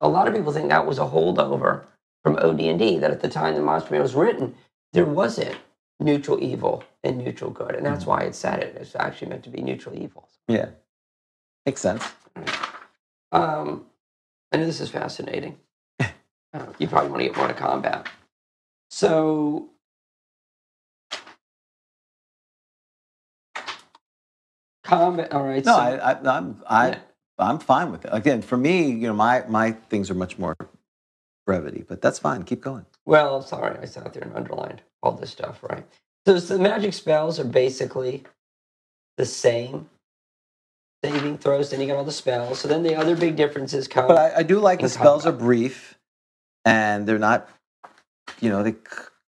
a lot of people think that was a holdover from OD&D. That at the time the monster manual was written, there wasn't neutral evil and neutral good, and Mm-hmm. that's why it said it. It's actually meant to be neutral evil. Yeah. Makes sense. Um, I know this [LAUGHS] is fascinating. Uh, you probably want to get more to combat. So. Combat. All right. No, so, I, I, I'm I, Yeah. I'm fine with it. Again, for me, you know, my my things are much more brevity, but that's fine. Keep going. Well, sorry, I sat there and underlined all this stuff, right? So the magic spells are basically the same. Saving throws, then you got all the spells. So then the other big differences come. But I, I do like the And spells are combat. brief, and they're not, you know, they,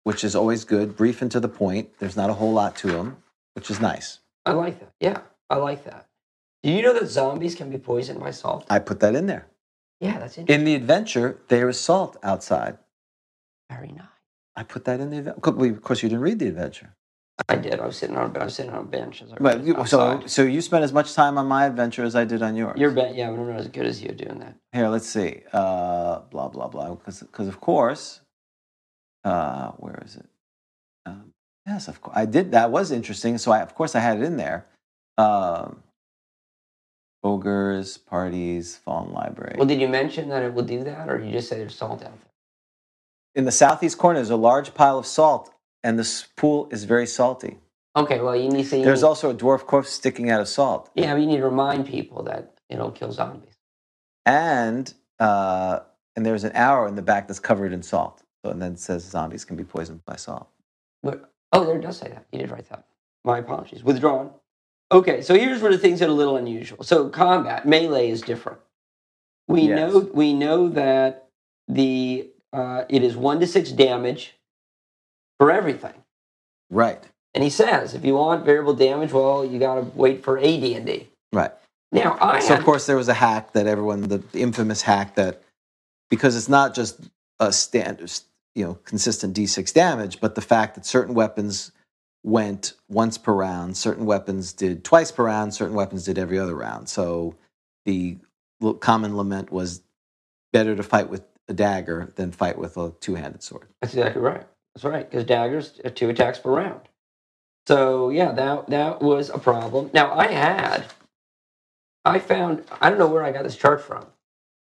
which is always good. Brief and to the point. There's not a whole lot to them, which is nice. I like that. Yeah, I like that. Do you know that zombies can be poisoned by salt? I put that in there. Yeah, that's interesting. In the adventure, there is salt outside. Very nice. I put that in the adventure. Of course, you didn't read the adventure. I did. I was sitting on. I was sitting on a bench. As I But read you, so, outside. so you spent as much time on my adventure as I did on yours. you're bet. Yeah, but I'm not as good as you doing that. Here, let's see. Uh, blah blah blah. Because of course, uh, where is it? Um, Yes, of course. I did. That was interesting. So, I, of course, I had it in there. Um, ogres, parties, Fawn Library. Well, did you mention that it will do that, or you just say there's salt out there? in the southeast corner is a large pile of salt, and this pool is very salty. Okay, well you need to. There's need, also a dwarf corpse sticking out of salt. yeah, but you need to remind people that it'll kill zombies. and uh, and there's an arrow in the back that's covered in salt. So, and then it says zombies can be poisoned by salt. But oh, there it does say that. You did write that. My apologies. Withdrawn. Okay, so here's where the things get a little unusual. So combat melee is different. We Yes. know we know that the uh, it is one to six damage for everything. Right. And he says, if you want variable damage, well, you got to wait for AD&D. Right. Now, I So had- of course there was a hack that everyone, the infamous hack that because it's not just a standard, you know, consistent D6 damage, but the fact that certain weapons went once per round, certain weapons did twice per round, certain weapons did every other round. So the l- common lament was better to fight with a dagger than fight with a two-handed sword. That's exactly right. That's right, because daggers are two attacks per round. So yeah, that that was a problem. Now I had, I found I don't know where I got this chart from,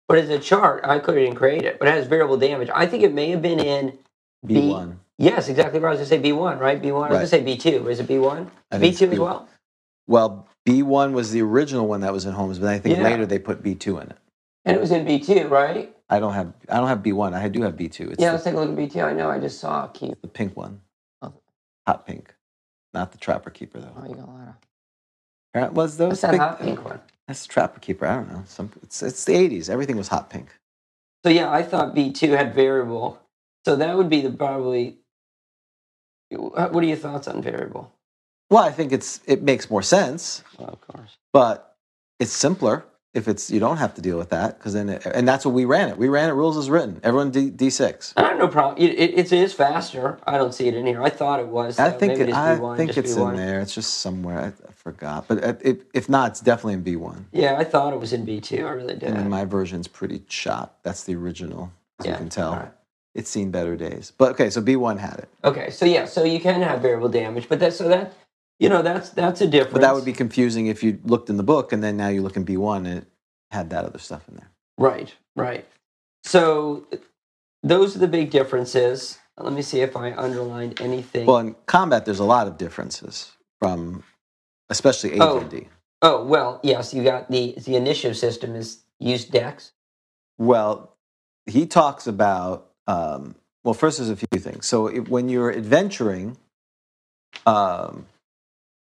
but it's a chart I couldn't create it, but it has variable damage. I think it may have been in B- B1. Yes, exactly. Right. I was gonna say B one, right? B one. I was gonna say B two. Was it B one? I think B it's two as B1. well. Well, B1 was the original one that was in Holmes, but I think Yeah. later they put B2 in it. And it was in B two, right? I don't have I don't have B1. I do have B2. It's yeah, the let's take a look at B two. I know. I just saw a key. The pink one. Oh. Hot pink. Not the Trapper Keeper, Oh, though. you got a lot of. Apparent- Was those What's that pink- hot pink one? That's Trapper Keeper. I don't know. Some, it's, it's the 80s. Everything was hot pink. So yeah, I thought B two had variable. So that would be the probably. uh, What are your thoughts on variable? Well, I think it's it makes more sense, Well, of course. but it's simpler if it's you don't have to deal with that because then it, and that's what we ran it. We ran it rules as written. Everyone D, D6. I have no problem. It, it, it's- it is faster. I don't see it in here. I thought it was. I so think maybe it, just I B1, think just it's B1. in there. It's just somewhere. I, I forgot, but uh, if if not, it's definitely in B1. Yeah, I thought it was in B two. I really did. And then my version's pretty shot. That's the original, as Yeah, you can tell. alright. It's seen better days. But okay, so B1 had it. Okay, so yeah, so you can have variable damage, but that so that you know that's that's a difference. But that would be confusing if you looked in the book and then now you look in B1 and it had that other stuff in there. Right, right. So those are the big differences. Let me see if I underlined anything. Well, in combat, there's a lot of differences from, especially AD&D. Oh. Oh well, yes. You got the the initiative system is use decks. Well, he talks about, um, well, first there's a few things. So if, when you're adventuring, um,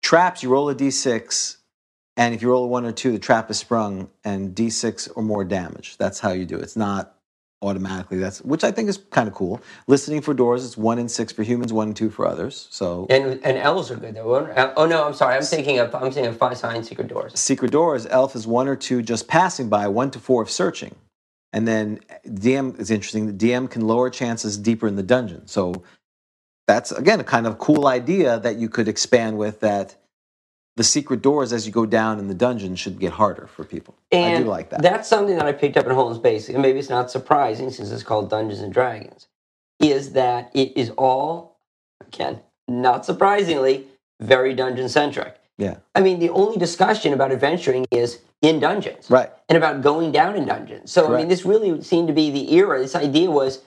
traps, you roll a d6, and if you roll a one or two, the trap is sprung and d6 or more damage. That's how you do it. It's not automatically. That's which I think is kind of cool. Listening for doors, it's one in six for humans, one and two for others. So And and elves are good though. aren't- uh, Oh no, I'm sorry. I'm thinking of I'm thinking of five sign secret doors. secret doors, elf is one or two just passing by, one to four if searching. And then DM is interesting. The DM can lower chances deeper in the dungeon. So that's again a kind of cool idea that you could expand with that the secret doors as you go down in the dungeon should get harder for people. I And do like that. That's something that I picked up in Holmes Basic, and maybe it's not surprising since it's called Dungeons and Dragons. Is that it is all again not surprisingly very dungeon centric. Yeah. I mean, the only discussion about adventuring is in dungeons. Right. and about going down in dungeons. So I mean, Correct. this really seemed to be the era. This idea was,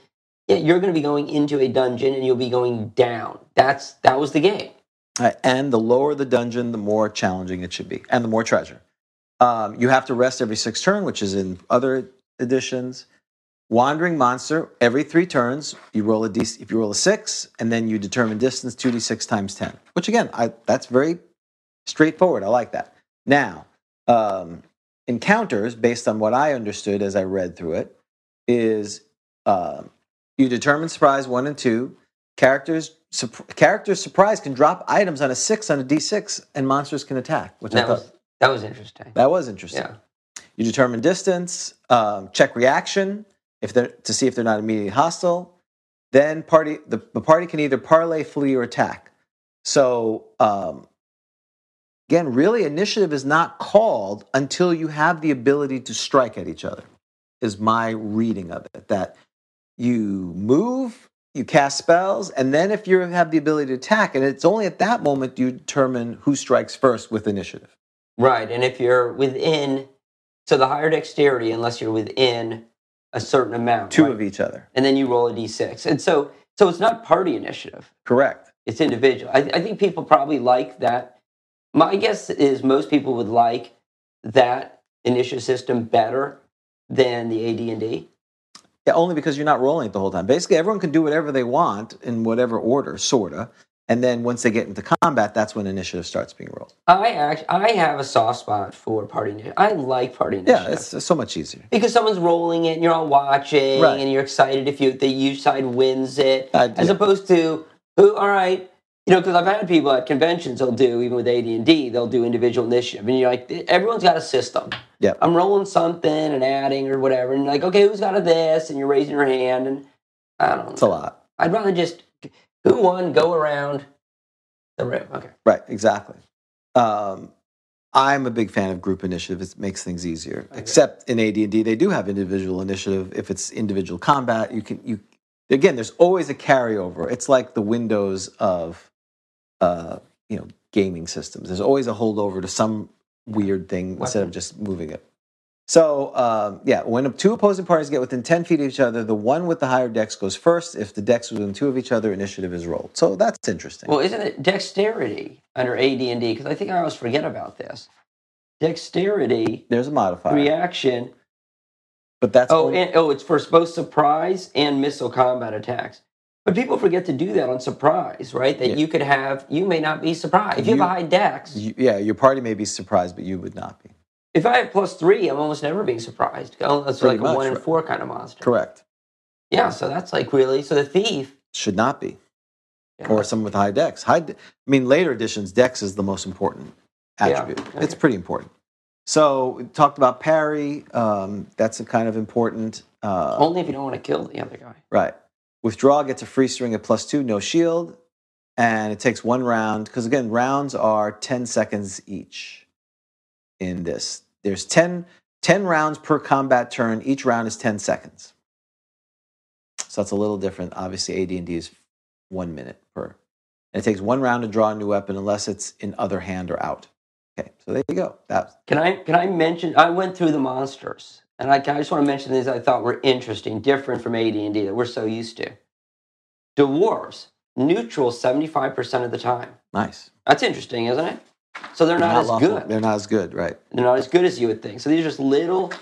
yeah, you're going to be going into a dungeon and you'll be going down. That's that was the game. Uh, and the lower the dungeon, the more challenging it should be, and the more treasure. Um, you have to rest every six turn, which is in other editions. Wandering monster every three turns, you roll a d. If you roll a six, and then you determine distance two d six times ten. Which again, I, that's very straightforward. I like that. Now, um, encounters, based on what I understood as I read through it, is uh, you determine surprise one and two, Characters, sup- characters surprise can drop items on a six on a d6, and monsters can attack. Which I That thought was that was interesting. that was interesting. Yeah, You determine distance, um, check reaction if they're to see if they're not immediately hostile. Then party the, the party can either parlay, flee, or attack. So um, again, really, initiative is not called until you have the ability to strike at each other. Is my reading of it that you move you cast spells, and then if you have the ability to attack, and it's only at that moment you determine who strikes first with initiative. Right, and if you're within, so the higher dexterity, unless you're within a certain amount, Two right? of each other. and then you roll a d6, and so so it's not party initiative; Correct. it's individual. I, I think people probably like that. My guess is most people would like that initiative system better than the AD and D. Yeah, only because you're not rolling it the whole time. Basically, everyone can do whatever they want in whatever order, sorta. And then once they get into combat, that's when initiative starts being rolled. I act, I have a soft spot for party initiative. I like party initiative. Yeah, it's, it's so much easier. because someone's rolling it and you're all watching Right. and you're excited if you the you side wins it I- as yeah. opposed to who all right you know because i've had people at conventions they'll do even with ad&d they'll do individual initiative and you're like everyone's got a system Yeah. i'm rolling something and adding or whatever and like okay who's got a this and you're raising your hand and i don't know It's a lot. i'd rather just who won go around the room okay Right, exactly. Um, I'm a big fan of group initiative. It makes things easier. Except in AD&D, they do have individual initiative. If it's individual combat, you can you again. There's always a carryover. It's like the windows of uh, you know gaming systems. There's always a holdover to some weird thing instead of just moving it. So um, yeah, when two opposing parties get within ten feet of each other, the one with the higher dex goes first. If the dex within two of each other, initiative is rolled. So that's interesting. Well, isn't it dexterity under AD&D? Because I think I always forget about this. Dexterity there's a modifier. reaction. But that's Oh, only- and, oh, it's for both surprise and missile combat attacks. But people forget to do that on surprise, right? That Yeah. you could have. You may not be surprised if you, You- have a high dex. you- yeah, your party may be surprised, but you would not be. if I have plus three, I'm almost never being surprised. Unless Pretty like a much, one in right. four kind of monster. Correct. Yeah, so that's like really. So the thief. Should not be. Yeah. Or someone with high dex. High, de- I mean, later editions, dex is the most important attribute. Yeah, It's okay. pretty important. So we talked about parry. Um, that's a kind of important. Uh, Only if you don't want to kill the other guy. Right. Withdraw gets a free string at plus two, no shield, and it takes one round because again, rounds are ten seconds each. In this, there's 10, 10 rounds per combat turn. Each round is ten seconds, so that's a little different. Obviously, AD and D is one minute per, and it takes one round to draw a new weapon unless it's in other hand or out. Okay, so there you go. That Can I can I mention? I went through the monsters, and I, I just want to mention these I thought were interesting, different from AD and D that we're so used to. Dwarves neutral seventy five percent of the time. nice. That's interesting, isn't it? So they're not, as lawful. good. They're not as good, right? They're not as good as you would think. So these are just little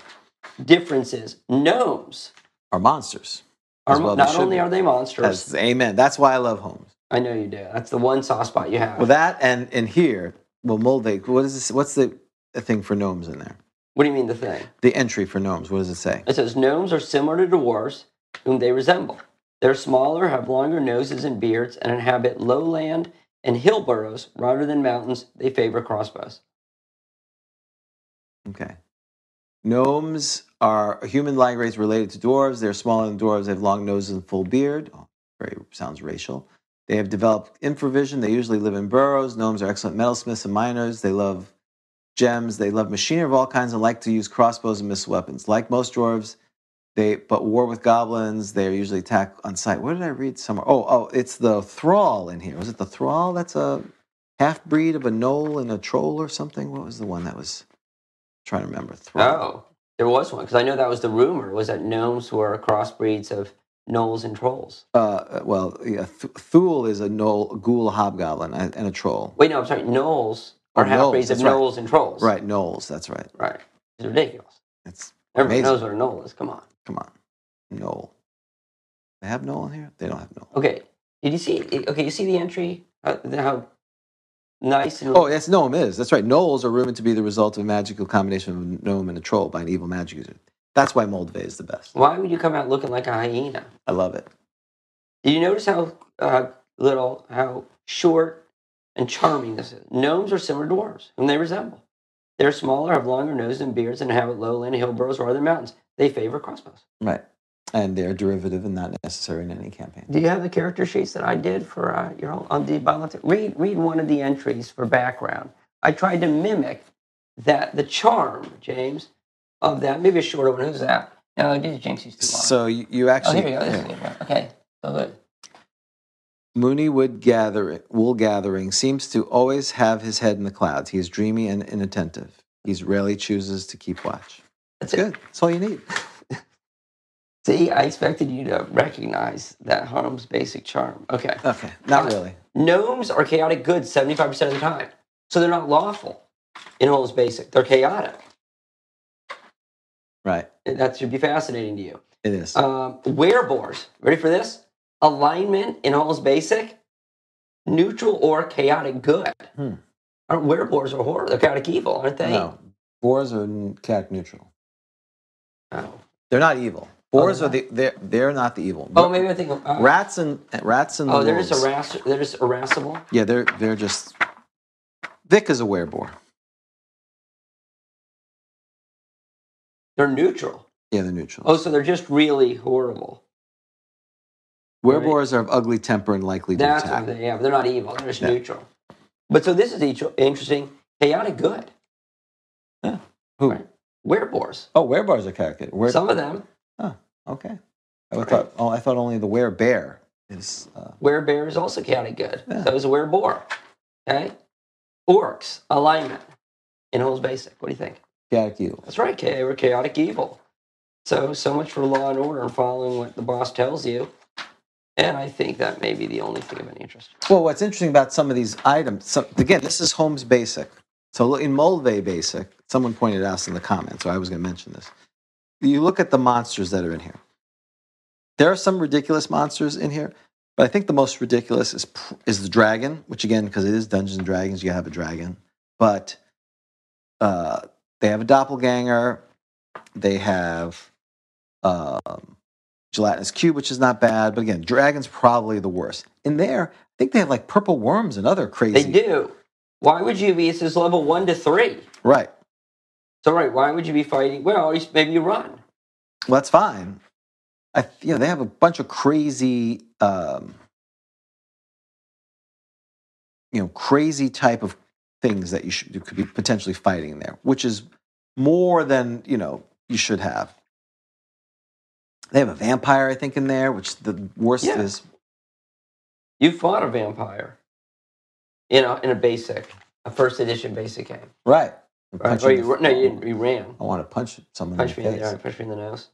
differences. Gnomes Are monsters? are As well they not should only be. are they monsters. That's, amen. That's why I love Holmes. I know you do. That's the one soft spot you have. Well, that and and here, well, Moldake. What is this? What's the the thing for gnomes in there? what do you mean the thing? The entry for gnomes. What does it say? It says gnomes are similar to dwarves, whom they resemble. They're smaller, have longer noses and beards, and inhabit lowland and hill burrows rather than mountains. They favor crossbows. Okay. Gnomes are a human-like race related to dwarves. They're smaller than dwarves. They have long noses and full beard. Oh, very sounds racial. They have developed infravision. They usually live in burrows. Gnomes are excellent metalsmiths and miners. They love gems. They love machinery of all kinds and like to use crossbows and missile weapons. Like most dwarves, they but war with goblins. They are usually attack on sight. Where did I read somewhere? Oh, oh, it's the thrall in here. Was it the thrall? That's a half breed of a gnoll and a troll or something. What was the one that was? trying to remember. Thrall. Oh, there was one because I know that was the rumor was that gnomes were crossbreeds of gnolls and trolls. Uh, well, yeah, Th- Thul is a gnoll, ghoul, hobgoblin, and and a troll. Wait, no, I'm sorry. Gnolls are Oh, gnolls, half breeds of that's right. gnolls and trolls. Right, gnolls. That's right. right. It's ridiculous. It's Everyone Amazing. knows what a gnoll is. Come on. come on, gnoll. They have gnoll in here. They don't have gnoll. Okay. Did you see? Okay, you see the entry? Uh, how nice and Oh, yes, gnome is. That's right. Gnolls are rumored to be the result of a magical combination of a gnome and a troll by an evil magic user. That's why Moldve is the best. Why would you come out looking like a hyena? I love it. Did you notice how uh, little, how short and charming this is? Gnomes are similar to dwarves, whom they resemble. They're smaller, have longer noses and beards, and inhabit lowland hill burrows rather than mountains. They favor crossbows. Right. And they're derivative and not necessary in any campaign. Do you have the character sheets that I did for uh, your whole on the volunteer? Read, read one of the entries for background. I tried to mimic that the charm, James, of that. Maybe a shorter one. Who's that? No, I did James. He's too long. So you, you oh, actually. here we go. This is a good one. Okay, so good. Mooney Wood gather, wool gathering seems to always have his head in the clouds. He is dreamy and inattentive. He rarely chooses to keep watch. That's it. Good. That's all you need. See, I expected you to recognize that Harlem's basic charm. Okay. Okay. Not really. Gnomes are chaotic goods 75% of the time. So they're not lawful in Harlem's basic. They're chaotic. Right. And That should be fascinating to you. It is. Um, werebores. Ready for this? Alignment in Hall's basic, neutral or chaotic good. Hmm. Aren't werebores are horror? They're chaotic evil, aren't they? no. Boars are n- cat neutral. Oh, They're not evil. Boars they're are the they're they're not the evil. oh maybe I think. Uh, rats and rats and oh, they're wolves. just, irras- they're just irascible. Yeah, they're they're just. Vic is a werebore. They're neutral. Yeah, they're neutral. Oh, so they're just really horrible. Werebores are of ugly temper and likely to That's attack. what they have. They're not evil. They're just Yeah. neutral. But so this is each- interesting. Chaotic good. Who? Right. Werebores. Oh, werebars are character. Were- Some of them. okay. I would thought. Oh, I thought only the werebear is. Uh, Werebear is also counted good. Yeah. So is a werebore. Okay? Orcs, alignment in Holes Basic. What do you think? chaotic evil. That's right, K. We're chaotic evil. So, so much for law and order and following what the boss tells you. And I think that may be the only thing of an interest. Well, what's interesting about some of these items, some, again, this is Holmes Basic. So look- in Molve Basic, someone pointed out this in the comments, so I was going to mention this. You look at the monsters that are in here. There are some ridiculous monsters in here, but I think the most ridiculous is pr- is the dragon, which again, because it is Dungeons and Dragons, you have a dragon. But uh, they have a doppelganger. They have um, gelatinous cube, which is not bad. But again, dragon's probably the worst. In there, I think they have like purple worms and other crazy. They do. Why would you be? This is level one to three. Right. So, right, why would you be fighting? Well, you- maybe you run. Well, that's fine. I, you know, they have a bunch of crazy, um, you know, crazy type of things that you, should, you could be potentially fighting in there, which is more than you know you should have. They have a vampire, I think, in there, which the worst Yeah. is. You fought a vampire in a, in a basic, a first edition basic game. Right. And Right? punch Or in you, the- ru- no, you didn't. You ran. I want to punch someone punch in me the in the face. eye, punch me in the nose.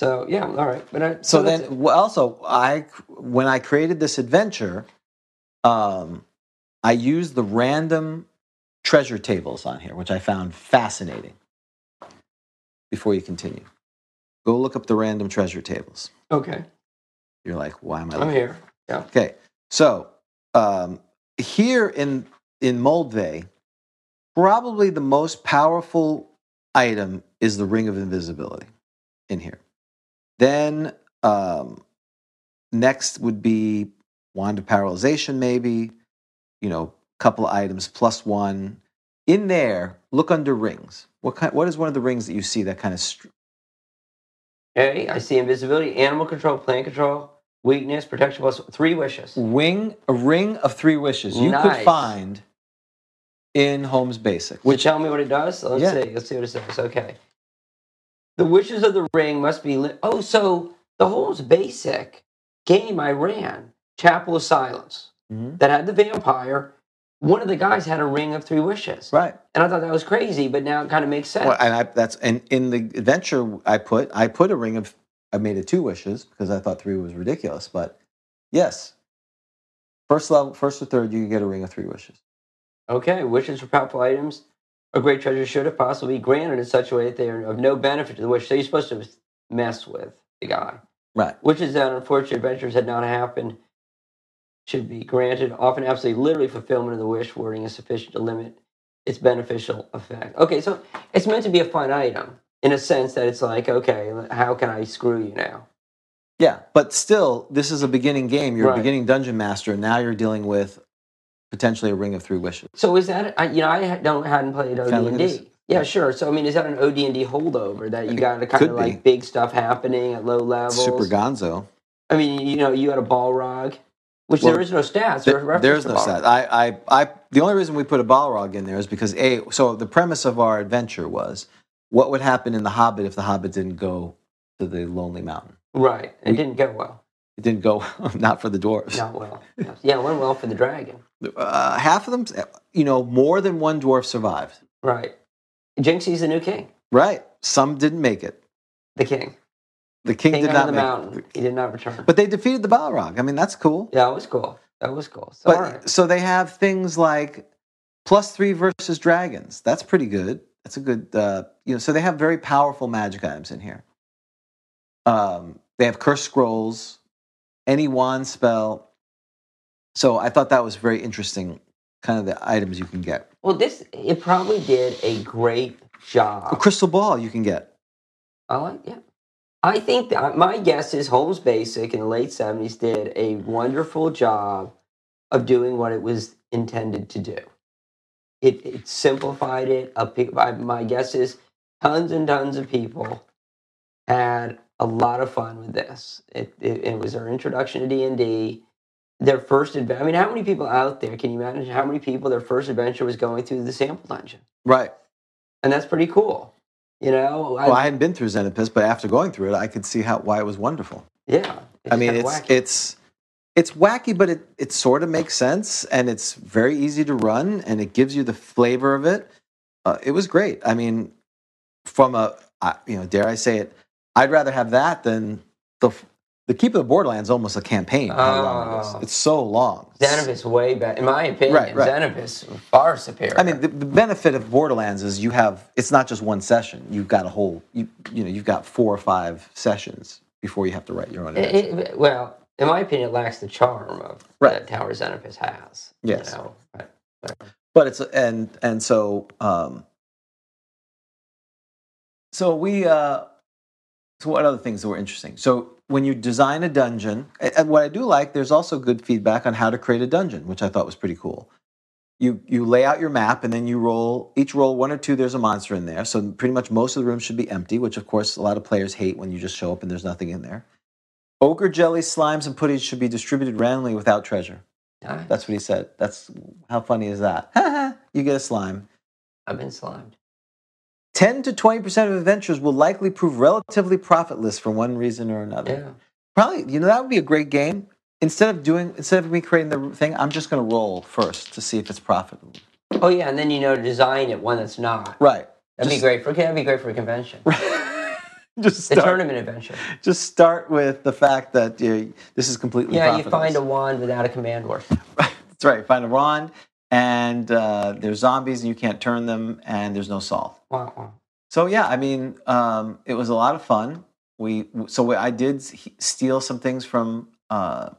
So yeah, all right. But I, so that's then it. well, also i when i created this adventure um i used the random treasure tables on here which i found fascinating before you continue go look up the random treasure tables okay, you're like why am i I'm looking here. Okay, so um, here in in Moldvay, probably the most powerful item is the Ring of Invisibility in here. Then um, next would be Wand of Paralyzation, maybe you know, couple of items plus one in there. Look under rings. What kind? What is one of the rings that you see that kind of? Str- Okay, I see invisibility, animal control, plant control, weakness, protection plus three wishes. wing a ring of three wishes you Nice. could find in Holmes Basic. Would you tell me what it does? Let's Yeah. see. Let's see what it says. Okay. The wishes of the ring must be lit. Oh, so the Holmes basic game I ran, Chapel of Silence, Mhm. that had the vampire. One of the guys had a ring of three wishes, Right. and I thought that was crazy, but now it kind of makes sense. Well, and I, that's and in the adventure I put I put a ring of I made it two wishes because I thought three was ridiculous, but yes. First level, first or third, you can get a ring of three wishes. Okay, wishes for powerful items or great treasure should if possible be granted in such a way that they are of no benefit to the wish. So you're supposed to mess with the guy. Right. Wishes that unfortunate adventures had not happened should be granted. Often, absolutely, literally fulfillment of the wish wording is sufficient to limit its beneficial effect. Okay, so it's meant to be a fun item in a sense that it's like, okay, how can I screw you now? Yeah, but still, this is a beginning game. You're Right. a beginning dungeon master, and now you're dealing with potentially a ring of three wishes. So is that I, you know I ha- don't hadn't played I look OD and at this? D. Yeah, sure. So I mean, is that an OD and D holdover that you It got to kind could of be. like big stuff happening at low levels? Super Gonzo. I mean, you know, you had a Balrog, which Well, there is no stats. Th- or reference there's to no Balrog. stat. I, I, I, the only reason we put a Balrog in there is because a. So the premise of our adventure was, what would happen in the Hobbit if the Hobbit didn't go to the Lonely Mountain? Right, it didn't go well. It didn't go [LAUGHS] not for the dwarves. Not well. Yeah, it went well for the dragon. Uh, half of them, you know, more than one dwarf survived. Right. Jinxie's the new king. Right. Some didn't make it. The king. The king, King did on not the make mountain. it. He did not return. But they defeated the Balrog. I mean, that's cool. yeah, that was cool. That was cool. So, but all right. so they have things like plus three versus dragons. That's pretty good. That's a good, uh, you know. So they have very powerful magic items in here. Um, they have cursed scrolls, any wand spell. So I thought that was very interesting. Kind of the items you can get. Well, this it probably did a great A job. crystal ball you can get. I like yeah. I think that uh, my guess is Holmes Basic in the late seventies did a wonderful job of doing what it was intended to do. It, it simplified it. A pe- I- My guess is tons and tons of people had a lot of fun with this. It, it, it was their introduction to D and D. Their first adventure. I mean, how many people out there can you imagine? How many people their first adventure was going through the sample dungeon, Right. and that's pretty cool. You know, I- Well, I hadn't been through Xenopus, but after going through it, I could see how why it was wonderful. Yeah. I mean, it's it's it's wacky, but it it sort of makes sense, and it's very easy to run, and it gives you the flavor of it. Uh, it was great. I mean, from a I, you know, dare I say it, I'd rather have that than the the Keep of the Borderlands. Almost a campaign. How long it Oh. is? It's so long. Xenovis way better, in my opinion. Right, right. Xenovis far superior. I mean, the, the benefit of Borderlands is you have it's not just one session. You've got a whole you you know you've got four or five sessions before you have to write your own. It- it- well, in my opinion, it lacks the charm of Right. that Tower Xenovis has. Yes. You know? But- but it's and and so um so we uh so what other things that were interesting so when you design a dungeon and and what i do like there's also good feedback on how to create a dungeon which i thought was pretty cool you you lay out your map and then you roll each roll one or two there's a monster in there so pretty much most of the room should be empty which of course a lot of players hate when you just show up and there's nothing in there ogre jelly slimes and puddings should be distributed randomly without treasure I- that's what he said. That's how funny is that? [LAUGHS] you get a slime. I've been slimed. 10 to 20% of adventures will likely prove relatively profitless for one reason or another. Yeah. Probably, you know, that would be a great game. Instead of doing, instead of me creating the thing, I'm just going to roll first to see if it's profitable. Oh, yeah. And then you know, design it one that's not. Right. That'd be Just- great for. That'd be great for a convention. [LAUGHS] Just The start, tournament adventure. just start with the fact that you this is completely Yeah, you profitless. find a wand without a command word. That's right. Find a wand, and uh, there's zombies, and you can't turn them, and there's no salt. Wow, wow. So yeah, I mean, um, it was a lot of fun. We so we, I did s- steal some things from uh,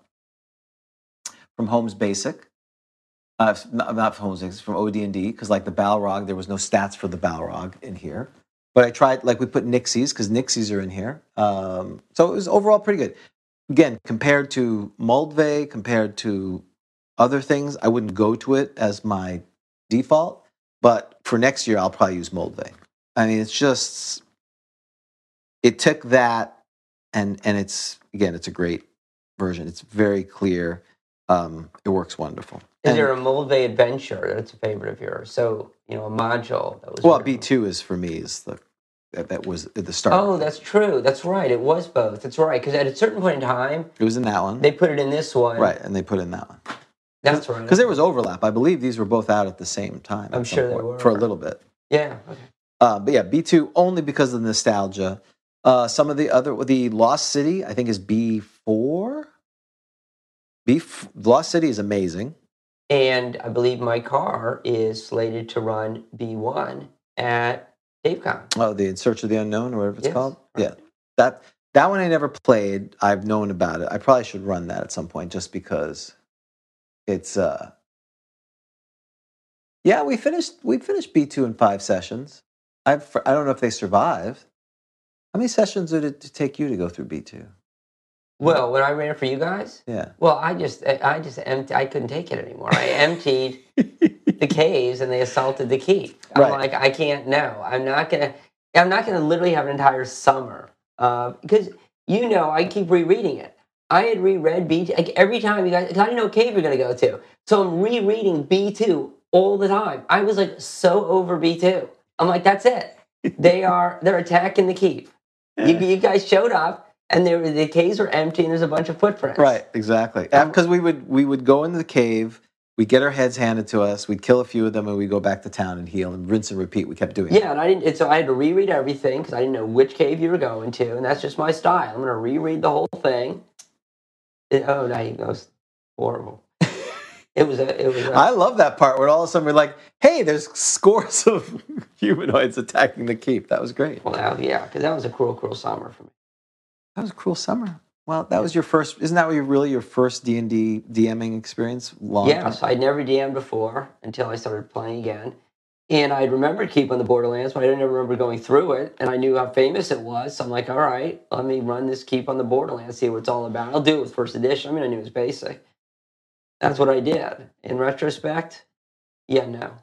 from Holmes Basic, uh, not, not from Holmes Basic, from OD and D because like the Balrog, there was no stats for the Balrog in here. But I tried like we put Nixies because Nixies are in here. Um, so it was overall pretty good. Again, compared to Moldve, compared to other things, I wouldn't go to it as my default. But for next year, I'll probably use Moldve. I mean, it's just it took that and and it's again, it's a great version. It's very clear. Um, it works wonderful. Is And- there a Moldvay adventure that's a favorite of yours? So, you know, a module that was. well, B written. two is for me is the that, that was the start. Oh, that's true. That's right. It was both. That's right. Because at a certain point in time, it was in that one, they put it in this one. right? And they put in that one That's right. because there was overlap. I believe these were both out at the same time. I'm at some sure they point, were. for a little bit. Yeah. Okay. Uh, but yeah, B two only because of nostalgia. Uh, some of the other, the Lost City, I think is B four. B f- Lost City is amazing. And I believe my car is slated to run B1 at DaveCon. Oh, the In Search of the Unknown, or whatever it's Yes, called. right. Yeah, that that one I never played. I've known about it. I probably should run that at some point, just because it's. uh Yeah, we finished. We finished B two in five sessions. I've. fr- I don't know if they survived. How many sessions did it take you to go through B two? Well, when I ran it for you guys, Yeah. well, I just, I just emptied, I couldn't take it anymore. I emptied [LAUGHS] the caves and they assaulted the key. I'm Right. like, I can't, no, I'm not going to, I'm not going to literally have an entire summer. Uh, because, you know, I keep rereading it. I had reread B2, like every time you guys, 'cause I didn't know what cave you're going to go to. So I'm rereading B2 all the time. I was like so over [LAUGHS] B2. Eh. I'm like, that's it. They are, they're attacking the keep. You, you guys showed up. and there, the caves are empty, and there's a bunch of footprints. Right, exactly. Um, Because we would we would go into the cave, we'd get our heads handed to us, we'd kill a few of them, and we'd go back to town and heal and rinse and repeat. We kept doing it. Yeah, and I didn't. And so I had to reread everything because I didn't know which cave you were going to, and that's just my style. I'm going to reread the whole thing. It- oh, no, it was horrible. it was. A, it was. A, I love that part where all of a sudden we're like, hey, there's scores [LAUGHS] of humanoids attacking the keep. That was great. well, now, [LAUGHS] yeah, because that was a cruel, cruel summer for me. That was a cruel summer. Well, that was your first. Isn't that your, really your first D and D DMing experience? Long yeah, time? so I'd never DM'd before until I started playing again. And I remembered Keep on the Borderlands, but I didn't remember going through it. And I knew how famous it was. So I'm like, all right, let me run this Keep on the Borderlands, see what it's all about. I'll do it with first edition. I mean, I knew it was basic. That's what I did. In retrospect, yeah, no.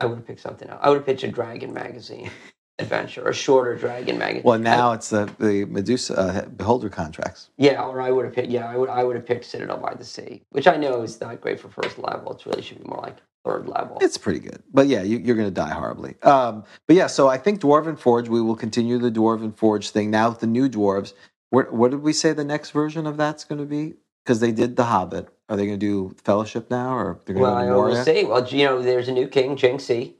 I would have picked something else. I would have picked a Dragon Magazine [LAUGHS] adventure, or a shorter Dragon Magazine. Well, now it's the the Medusa uh, Beholder contracts. Yeah, or I would have picked. Yeah, I would. I would have picked Citadel by the Sea, which I know is not great for first level. It really should be more like third level. It's pretty good, but yeah, you, you're going to die horribly. Um, but yeah, so I think Dwarven Forge. We will continue the Dwarven Forge thing now with the new dwarves. What, what did we say the next version of that's going to be? Because they did the Hobbit. Are they going to do Fellowship now, or they're going well, I to Moria? always say, well, you know, there's a new king, Jinxie,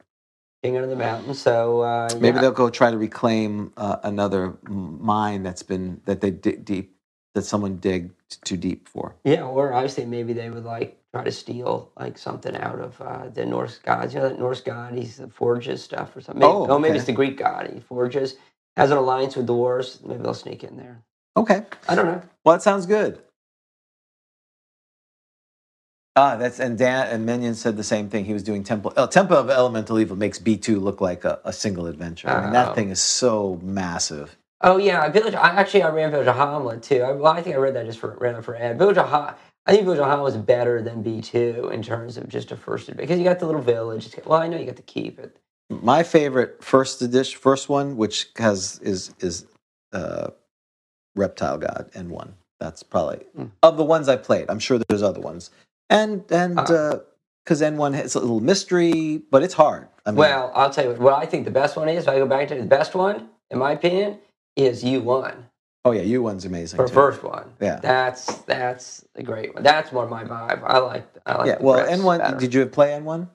king under the mountain. So uh, Uh-huh. Maybe yeah. they'll go try to reclaim uh, another m- mine that's been that they dig deep that someone dig t- too deep for. yeah, or I say maybe they would like try to steal like something out of uh, the Norse gods. You know, that Norse god, he's the forges stuff or something. Maybe, Oh, maybe okay. it's the Greek god. He forges has an alliance with the wars. Maybe they'll sneak in there. Okay, I don't know. well that sounds good. Ah, that's and Dan and Minion said the same thing. He was doing Temple oh, Temple of Elemental Evil makes B two look like a, a single adventure. I mean, Oh. that thing is so massive. Oh yeah, Village. I actually I ran Village of Hamlet too. I, well, I think I read that just for ran it for ad. Village of Ha- I think Village of Hamlet was better than B two in terms of just a first because you got the little village. It's got- Well, I know you got to keep it. My favorite first edition, first one, which has is is uh, Reptile God and one. That's probably Mm. of the ones I played. I'm sure there's other ones, and and uh, Ah. because N1 has a little mystery, but it's hard. I mean, Well, I'll tell you what, what I think the best one is. If I go back to the best one, in my opinion, is U one oh yeah, you one's amazing. for too. first one. Yeah. that's that's a great one. That's more my vibe. I like. I like yeah. the Well, Brits N1. better. Did you play N1?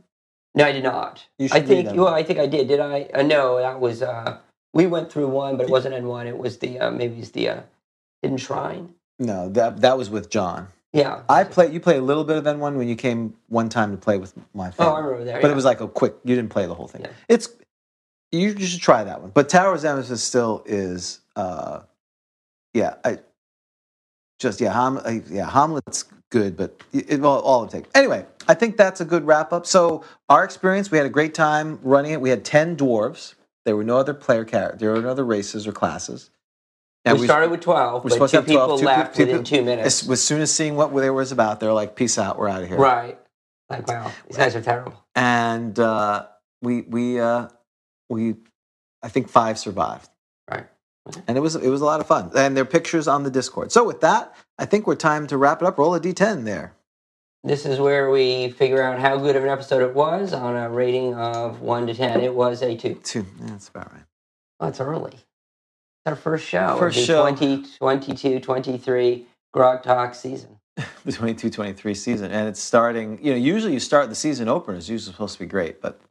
No, I did not. You I should read think. that Well, one. I think I did. Did I? Uh, no, that was. Uh, we went through one, but it wasn't in one. It was the uh, maybe it's the uh, hidden shrine. No, that that was with John. Yeah. I played. You played a little bit of N1 when you came one time to play with my. Oh, Family. I remember that. but yeah. it was like a quick. You didn't play the whole thing. Yeah. It's you, you should try that one. But Tower of Nemesis still is, uh, yeah, I just yeah, Ham, I, yeah, Hamlet's good, but it, it- all, all it takes. Anyway, I think that's a good wrap up. So our experience, we had a great time running it. We had ten dwarves. There were no other player characters. There were no other races or classes. And we, started with twelve, we're but supposed two to have 12, people two pe- left two within pe- two as, minutes. as soon as seeing what there was about, they're like, "Peace out, we're out of here." Right. Like wow, these guys are terrible. and uh, we we uh, we I think five survived. Right. And it was it was a lot of fun. And their pictures on the Discord. So with that, I think we're time to wrap it up. Roll a D10 there. This is where we figure out how good of an episode it was on a rating of one to ten. It was a two. Two. Yeah, that's about right. That's early. Our first show. First of the show. 20, 22, 23 Grog Talk season. The 22-23 season. And it's starting, you know, usually you start the season opener. It's usually supposed to be great, but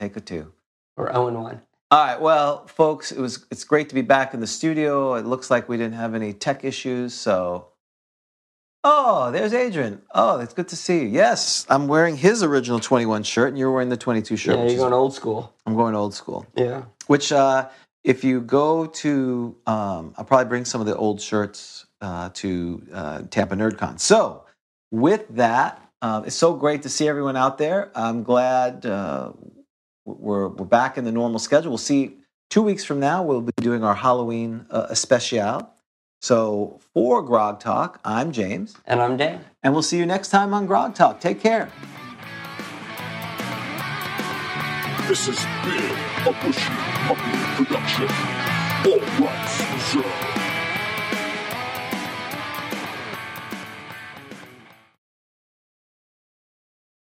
take a two. We're 0 and 1. All right, well, folks, it was it's great to be back in the studio. It looks like we didn't have any tech issues, so Oh, there's Adrian. Oh, it's good to see you. Yes, I'm wearing his original 21 shirt and you're wearing the 22 shirt. yeah, which you're is- going old school. I'm going old school. Yeah. Which uh if you go to um I'll probably bring some of the old shirts uh to uh Tampa NerdCon. So, with that, um, it's so great to see everyone out there. I'm glad uh, we're we're back in the normal schedule. We'll see two weeks from now. We'll be doing our Halloween uh, special. So for Grog Talk, I'm James, And I'm Dan. and we'll see you next time on Grog Talk. Take care. This has been a Bushy Puppy production. All rights reserved.